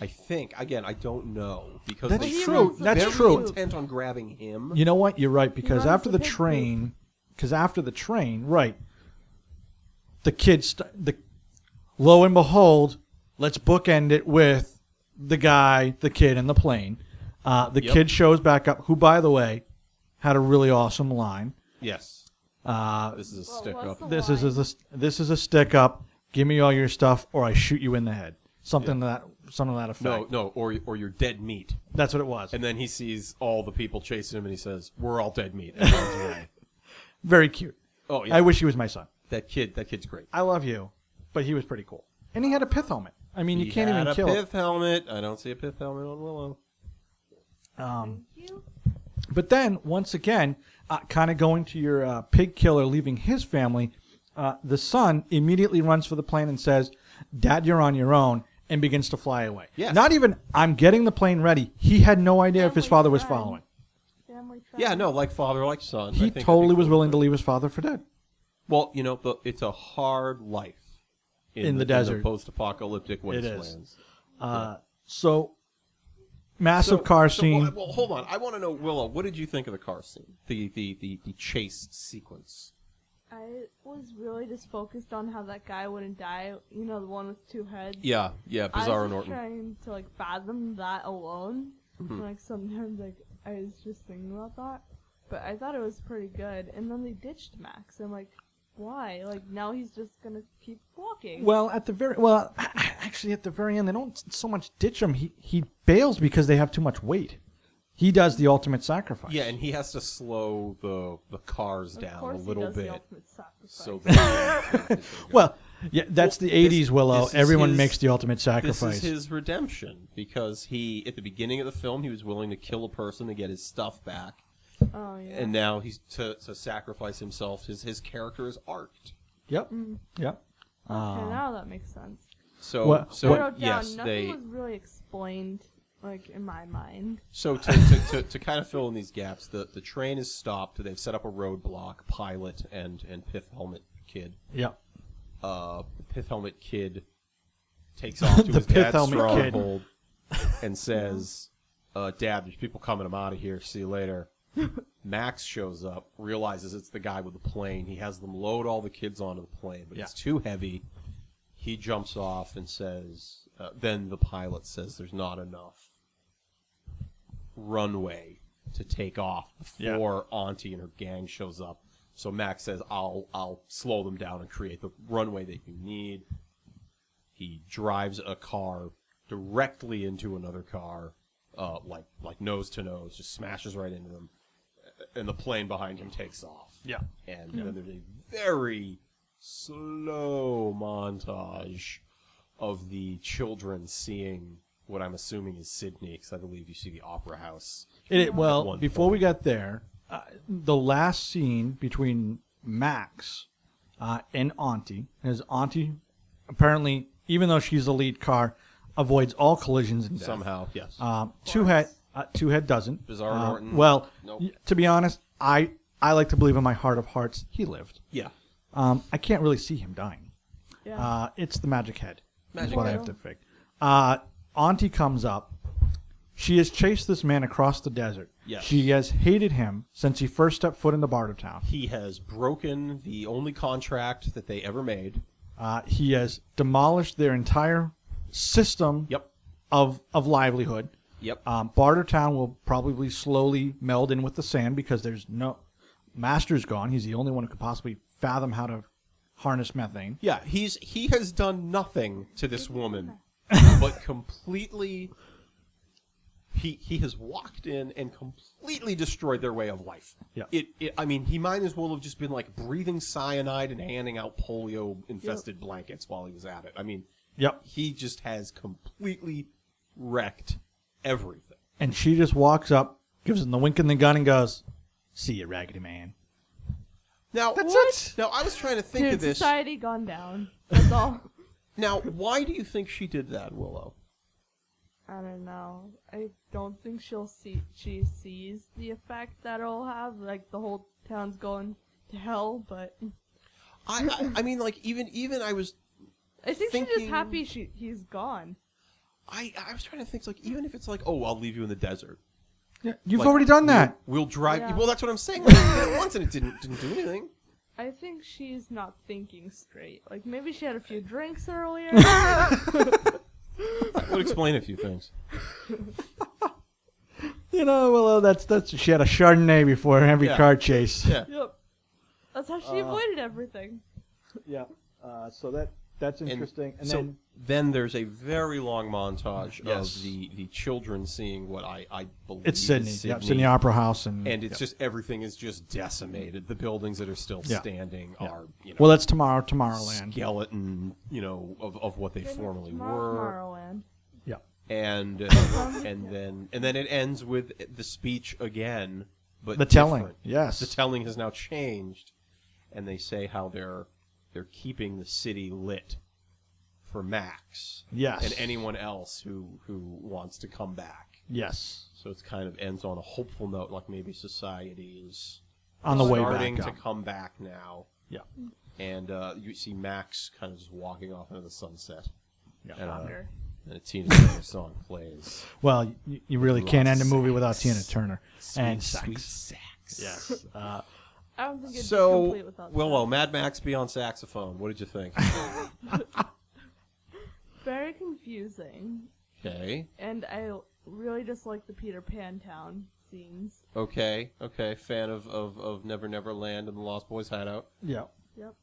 Speaker 5: I think again, I don't know because
Speaker 4: That's
Speaker 5: they
Speaker 4: Well, he
Speaker 6: true. runs the
Speaker 5: Very
Speaker 6: That's true.
Speaker 5: Intent on grabbing him.
Speaker 4: you know what? You're right. Because
Speaker 6: runs
Speaker 4: after
Speaker 6: the
Speaker 4: the
Speaker 6: pig
Speaker 4: train, because after the train, right? The kids, st- the lo and behold, let's bookend it with the guy, the kid, and the plane. Uh, the
Speaker 5: Yep.
Speaker 4: kid shows back up, who, by the way, had a really awesome line.
Speaker 5: Yes.
Speaker 4: Uh,
Speaker 5: This is a
Speaker 6: Well,
Speaker 5: stick
Speaker 6: what's
Speaker 5: up.
Speaker 6: the-
Speaker 4: this is a this is a stick up. Give me all your stuff, or I shoot you in the head. Something that something to that effect.
Speaker 5: No, no, or or you're dead meat.
Speaker 4: That's what it was.
Speaker 5: And then he sees all the people chasing him, and he says, "We're all dead meat." And runs away.
Speaker 4: Very cute.
Speaker 5: oh yeah,
Speaker 4: I wish he was my son.
Speaker 5: that kid. That kid's great.
Speaker 4: I love you, but he was pretty cool. And he had a pith helmet. I mean,
Speaker 5: He
Speaker 4: you can't
Speaker 5: had
Speaker 4: even
Speaker 5: a
Speaker 4: kill
Speaker 5: pith helmet. I don't see a pith helmet on Willow.
Speaker 4: But then, once again, uh, kind of going to your uh, pig killer leaving his family, uh, the son immediately runs for the plane and says, Dad, you're on your own, and begins to fly away.
Speaker 5: Yes.
Speaker 4: Not even, I'm getting the plane ready. He had no idea if his
Speaker 6: Family
Speaker 4: father was
Speaker 6: friend.
Speaker 4: following.
Speaker 6: Family friend.
Speaker 5: Yeah, no, like father, like son. I
Speaker 4: He
Speaker 5: think- I
Speaker 4: totally
Speaker 5: think
Speaker 4: was willing to leave his father for dead.
Speaker 5: Well, you know, but it's a hard life
Speaker 4: In the desert.
Speaker 5: post-apocalyptic wastelands.
Speaker 4: Uh, so, massive
Speaker 5: So-
Speaker 4: car
Speaker 5: so,
Speaker 4: scene.
Speaker 5: Well, well, hold on. I want to know, Willow, what did you think of the car scene? The the the, the chase sequence.
Speaker 6: I was really just focused on how that guy wouldn't die. You know, the one with two heads.
Speaker 5: Yeah, yeah,
Speaker 6: I
Speaker 5: Bizarro
Speaker 6: was just
Speaker 5: Norton.
Speaker 6: trying to like fathom that alone.
Speaker 5: Mm-hmm.
Speaker 6: And, like sometimes, like I was just thinking about that, but I thought it was pretty good. And then they ditched Max. I'm like, why? Like now he's just gonna keep walking.
Speaker 4: Well, at the very well, actually, at the very end, they don't so much ditch him. He he bails because they have too much weight. He does the ultimate sacrifice.
Speaker 5: Yeah, and he has to slow the the cars
Speaker 6: of
Speaker 5: down a
Speaker 6: course
Speaker 5: little
Speaker 6: he does
Speaker 5: bit.
Speaker 6: The ultimate sacrifice.
Speaker 5: So that
Speaker 4: well, yeah, that's
Speaker 5: Well,
Speaker 4: the '80s,
Speaker 5: this-
Speaker 4: Willow.
Speaker 5: this is
Speaker 4: Everyone
Speaker 5: his-
Speaker 4: makes the ultimate
Speaker 5: this
Speaker 4: sacrifice.
Speaker 5: is his redemption because he at the beginning of the film he was willing to kill a person to get his stuff back,
Speaker 6: oh yeah.
Speaker 5: and now he's to, to sacrifice himself. His his character is arced.
Speaker 4: Yep. Yep.
Speaker 5: Ah.
Speaker 6: okay, now that makes sense.
Speaker 5: So
Speaker 4: What-
Speaker 5: so
Speaker 6: I wrote down
Speaker 5: yes,
Speaker 6: nothing
Speaker 5: they
Speaker 6: was really explained, like in my mind.
Speaker 5: so to, to, to, to kind of fill in these gaps, the, the train is stopped. They've set up a roadblock. Pilot and and Pith Helmet Kid.
Speaker 4: Yep.
Speaker 5: Uh, Pith Helmet Kid takes off to
Speaker 4: The
Speaker 5: his
Speaker 4: Pith
Speaker 5: dad's
Speaker 4: Helmet Kid.
Speaker 5: stronghold and says, uh, "Dad, there's people coming. I'm out of here. See you later." Max shows up, realizes it's the guy with the plane. He has them load all the kids onto the plane, but it's too heavy. He jumps off and says, uh, then the pilot says there's not enough runway to take off
Speaker 4: Yeah.
Speaker 5: before Auntie and her gang shows up. So Max says, "I'll I'll slow them down and create the runway that you need." He drives a car directly into another car, uh, like like nose to nose, just smashes right into them, and the plane behind him takes off.
Speaker 4: Yeah.
Speaker 5: and then there's a very slow montage of the children seeing what I'm assuming is Sydney, because I believe you see the opera house.
Speaker 4: It, it- well,
Speaker 5: One
Speaker 4: before we got there, uh, the last scene between Max uh, and Auntie, and his Auntie apparently, even though she's the lead car, avoids all collisions and death.
Speaker 5: Somehow, yes.
Speaker 4: Um, two head, uh, two head doesn't.
Speaker 5: Bizarre
Speaker 4: Uh,
Speaker 5: Norton.
Speaker 4: Well,
Speaker 5: Nope.
Speaker 4: y- to be honest, I I like to believe in my heart of hearts he lived.
Speaker 5: yeah.
Speaker 4: Um, I can't really see him dying.
Speaker 6: Yeah.
Speaker 4: Uh, it's the magic head. Magic
Speaker 5: Magic
Speaker 4: is what I
Speaker 5: head.
Speaker 4: have to fix. Uh, Auntie comes up. She has chased this man across the desert.
Speaker 5: Yes.
Speaker 4: She has hated him since he first stepped foot into Barter Town.
Speaker 5: He has broken the only contract that they ever made.
Speaker 4: Uh, he has demolished their entire system
Speaker 5: Yep.
Speaker 4: of, of livelihood.
Speaker 5: Yep.
Speaker 4: Um, Barter Town will probably slowly meld in with the sand because there's no master's gone. He's the only one who could possibly fathom how to harness methane.
Speaker 5: yeah, he's he has done nothing to this woman, but completely. He he has walked in and completely destroyed their way of life.
Speaker 4: Yeah.
Speaker 5: It, it I mean, he might as well have just been like breathing cyanide and handing out polio infested blankets while he was at it. I mean,
Speaker 4: Yep.
Speaker 5: he just has completely wrecked everything.
Speaker 4: And she just walks up, gives him the wink and the gun, and goes, "See you, Raggedy Man."
Speaker 5: Now
Speaker 4: That's it.
Speaker 5: Now I was trying to think
Speaker 6: Dude,
Speaker 5: of this.
Speaker 6: society gone down. That's all.
Speaker 5: Now, why do you think she did that, Willow?
Speaker 6: I don't know. I don't think she'll see. She sees the effect that it'll have. Like the whole town's going to hell, but
Speaker 5: I, I, I mean, like even even I was
Speaker 6: I think she's
Speaker 5: Thinking-
Speaker 6: just happy she he's gone.
Speaker 5: I I was trying to think like even if it's like oh I'll leave you in the desert.
Speaker 4: You've
Speaker 5: Like,
Speaker 4: already done that.
Speaker 5: We'll drive.
Speaker 6: Yeah.
Speaker 5: Well, that's what I'm saying. Like, I did it once and it didn't didn't do anything.
Speaker 6: I think she's not thinking straight. Like maybe she had a few drinks earlier.
Speaker 5: That would explain a few things.
Speaker 4: You know, well, uh, that's that's she had a Chardonnay before every
Speaker 5: Yeah.
Speaker 4: car chase.
Speaker 5: Yeah.
Speaker 6: yep. That's how
Speaker 5: Uh,
Speaker 6: she avoided everything.
Speaker 4: yeah. Uh, so that that's interesting. And,
Speaker 5: so
Speaker 4: then
Speaker 5: there's a very long montage
Speaker 4: Yes.
Speaker 5: of the the children seeing what I I believe
Speaker 4: it's
Speaker 5: is
Speaker 4: Sydney. Yep, Sydney Opera House, and,
Speaker 5: And it's just everything is just decimated. The buildings that are still
Speaker 4: Yeah.
Speaker 5: standing are you know
Speaker 4: well, that's tomorrow, Tomorrowland.
Speaker 5: skeleton you know of, of what they formerly were.
Speaker 6: Tomorrowland.
Speaker 4: Yeah.
Speaker 5: and and then and then it ends with the speech again, but
Speaker 4: The telling,
Speaker 5: different.
Speaker 4: yes.
Speaker 5: the telling has now changed, and they say how they're they're keeping the city lit for Max,
Speaker 4: Yes.
Speaker 5: and anyone else who who wants to come back.
Speaker 4: Yes.
Speaker 5: So it's kind of ends on a hopeful note, like maybe society is
Speaker 4: On the way
Speaker 5: starting
Speaker 4: back.
Speaker 5: to
Speaker 4: up.
Speaker 5: come back now,
Speaker 4: Yeah.
Speaker 5: and uh, you see Max kind of just walking off into the sunset,
Speaker 4: yeah.
Speaker 5: and, uh,
Speaker 6: Sure.
Speaker 5: and a Tina Turner song plays.
Speaker 4: Well, you, you really can't end a movie without Tina Turner and
Speaker 5: Sweet,
Speaker 4: sex.
Speaker 5: sweet sax.
Speaker 4: Yes. Uh,
Speaker 6: I don't think it'd be
Speaker 5: So,
Speaker 6: complete without
Speaker 5: Willow, Mad Max be on saxophone. What did you think?
Speaker 6: that. Very confusing.
Speaker 5: okay.
Speaker 6: And I really dislike the Peter Pan town scenes.
Speaker 5: Okay. Okay. Fan of, of, of Never Never Land and the Lost Boys Hideout.
Speaker 4: yeah.
Speaker 6: Yep.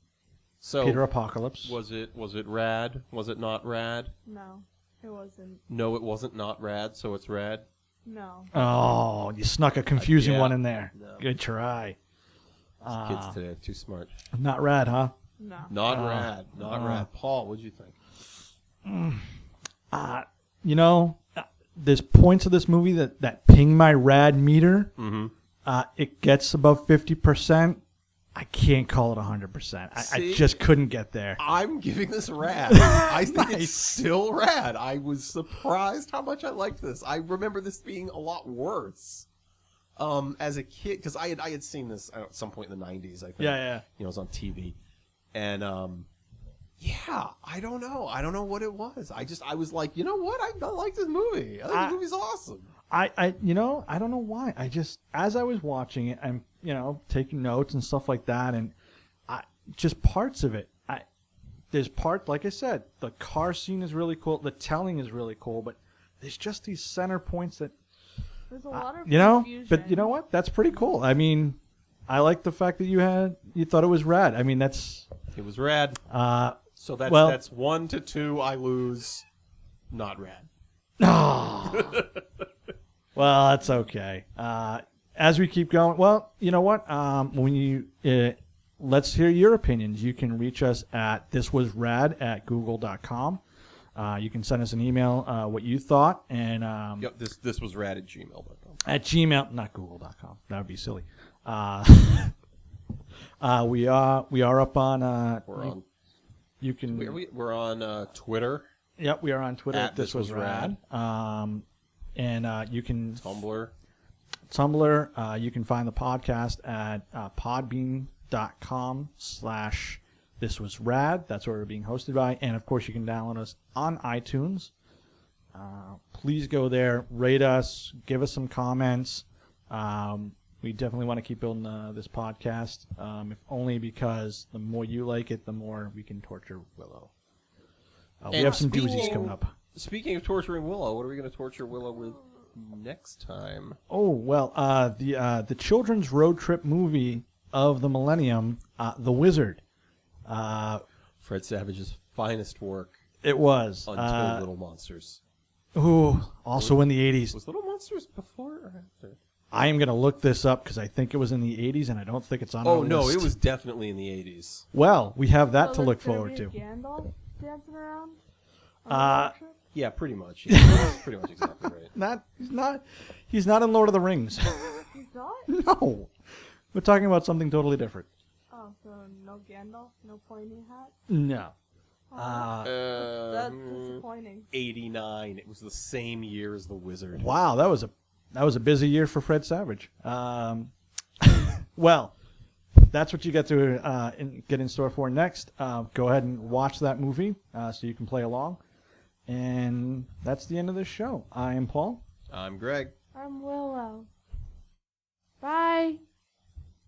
Speaker 5: So
Speaker 4: Peter Apocalypse.
Speaker 5: was it was it rad? Was it not rad?
Speaker 6: No, it wasn't.
Speaker 5: No, it wasn't not rad, so it's rad.
Speaker 6: No.
Speaker 4: Oh, you snuck a confusing
Speaker 5: Uh, Yeah.
Speaker 4: one in there.
Speaker 5: No.
Speaker 4: Good try.
Speaker 5: Kids today are too smart.
Speaker 4: Not rad, huh?
Speaker 6: No.
Speaker 5: Not rad. Not
Speaker 4: uh.
Speaker 5: rad. Paul, what did you think?
Speaker 4: You know, uh, there's points of this movie that, that ping my rad meter. Mm-hmm. Uh, it gets above 50%. I can't call it 100%. I, I
Speaker 5: See?
Speaker 4: just couldn't get there.
Speaker 5: I'm giving this rad. I think it's still rad. I was surprised how much I liked this. I remember this being a lot worse um, as a kid because I had I had seen this at some point in the '90s. I think.
Speaker 4: Yeah, yeah.
Speaker 5: You know, it was on TV, and um, yeah, I don't know. I don't know what it was. I just I was like, you know what? I, I like this movie. I think
Speaker 4: I-
Speaker 5: the movie's awesome.
Speaker 4: I, I, you know, I don't know why. I just, as I was watching it, I'm, you know, taking notes and stuff like that, and I just parts of it. I there's part, like I said, the car scene is really cool. The telling is really cool, but there's just these center points that,
Speaker 6: There's a lot of
Speaker 4: you know,
Speaker 6: confusion.
Speaker 4: but you know what? That's pretty cool. I mean, I like the fact that you had you thought it was rad. I mean, that's
Speaker 5: It was rad.
Speaker 4: uh,
Speaker 5: So that's
Speaker 4: Well-
Speaker 5: that's one to two. I lose. Not rad.
Speaker 4: Well, that's okay. Uh, as we keep going, well, you know what? Um, when you uh, let's hear your opinions. You can reach us at thiswasrad at google.com. Uh, you can send us an email uh, what you thought and um,
Speaker 5: Yep. This this was rad at gmail.com.
Speaker 4: at gmail not google.com that would be silly uh, uh, we are we are up on uh,
Speaker 5: We're
Speaker 4: you,
Speaker 5: on.
Speaker 4: you can
Speaker 5: We're, we, we're on uh, Twitter,
Speaker 4: yep we are on twitter
Speaker 5: At
Speaker 4: at this was rad, Um, and uh, you can
Speaker 5: Tumblr.
Speaker 4: Tumblr. Uh, you can find the podcast at uh, podbean.com slash this was rad. That's where we're being hosted by. And of course, you can download us on iTunes. Uh, please go there, rate us, give us some comments. Um, we definitely want to keep building uh, this podcast, um, if only because the more you like it, the more we can torture Willow. Uh, we
Speaker 5: And
Speaker 4: have some doozies
Speaker 5: speaking-
Speaker 4: coming up.
Speaker 5: Speaking of torturing Willow, what are we going to torture Willow with next time?
Speaker 4: Oh well, uh, the uh, the children's road trip movie of the millennium, uh, The Wizard. Uh,
Speaker 5: Fred Savage's finest work
Speaker 4: it was.
Speaker 5: until
Speaker 4: Uh,
Speaker 5: Little Monsters.
Speaker 4: ooh, also in the eighties.
Speaker 5: Was Little Monsters before or after?
Speaker 4: I am gonna look this up because I think it was in the eighties, and I don't think it's on.
Speaker 5: Oh
Speaker 4: our
Speaker 5: no,
Speaker 4: list.
Speaker 5: it was definitely in the eighties.
Speaker 4: Well, we have that
Speaker 6: So
Speaker 4: to look
Speaker 6: Oh,
Speaker 4: forward
Speaker 6: there's gonna be a
Speaker 4: to.
Speaker 6: Gandalf dancing around. on the
Speaker 4: Uh,
Speaker 6: road trip?
Speaker 5: Yeah, pretty much. Yeah, that's pretty much exactly right.
Speaker 4: Not, he's not, he's not in Lord of the Rings.
Speaker 6: He's not.
Speaker 4: no, we're talking about something totally different.
Speaker 6: Oh, so no Gandalf, no pointy hat.
Speaker 4: No.
Speaker 6: Oh,
Speaker 4: Uh,
Speaker 6: that's
Speaker 5: Uh,
Speaker 6: disappointing.
Speaker 5: eighty nine. It was the same year as the Wizard.
Speaker 4: Wow, that was a that was a busy year for Fred Savage. Um, well, that's what you get to uh, in, get in store for next. Uh, go ahead and watch that movie uh, so you can play along. And that's the end of this show. I am Paul.
Speaker 5: I'm Greg.
Speaker 6: I'm Willow. Bye.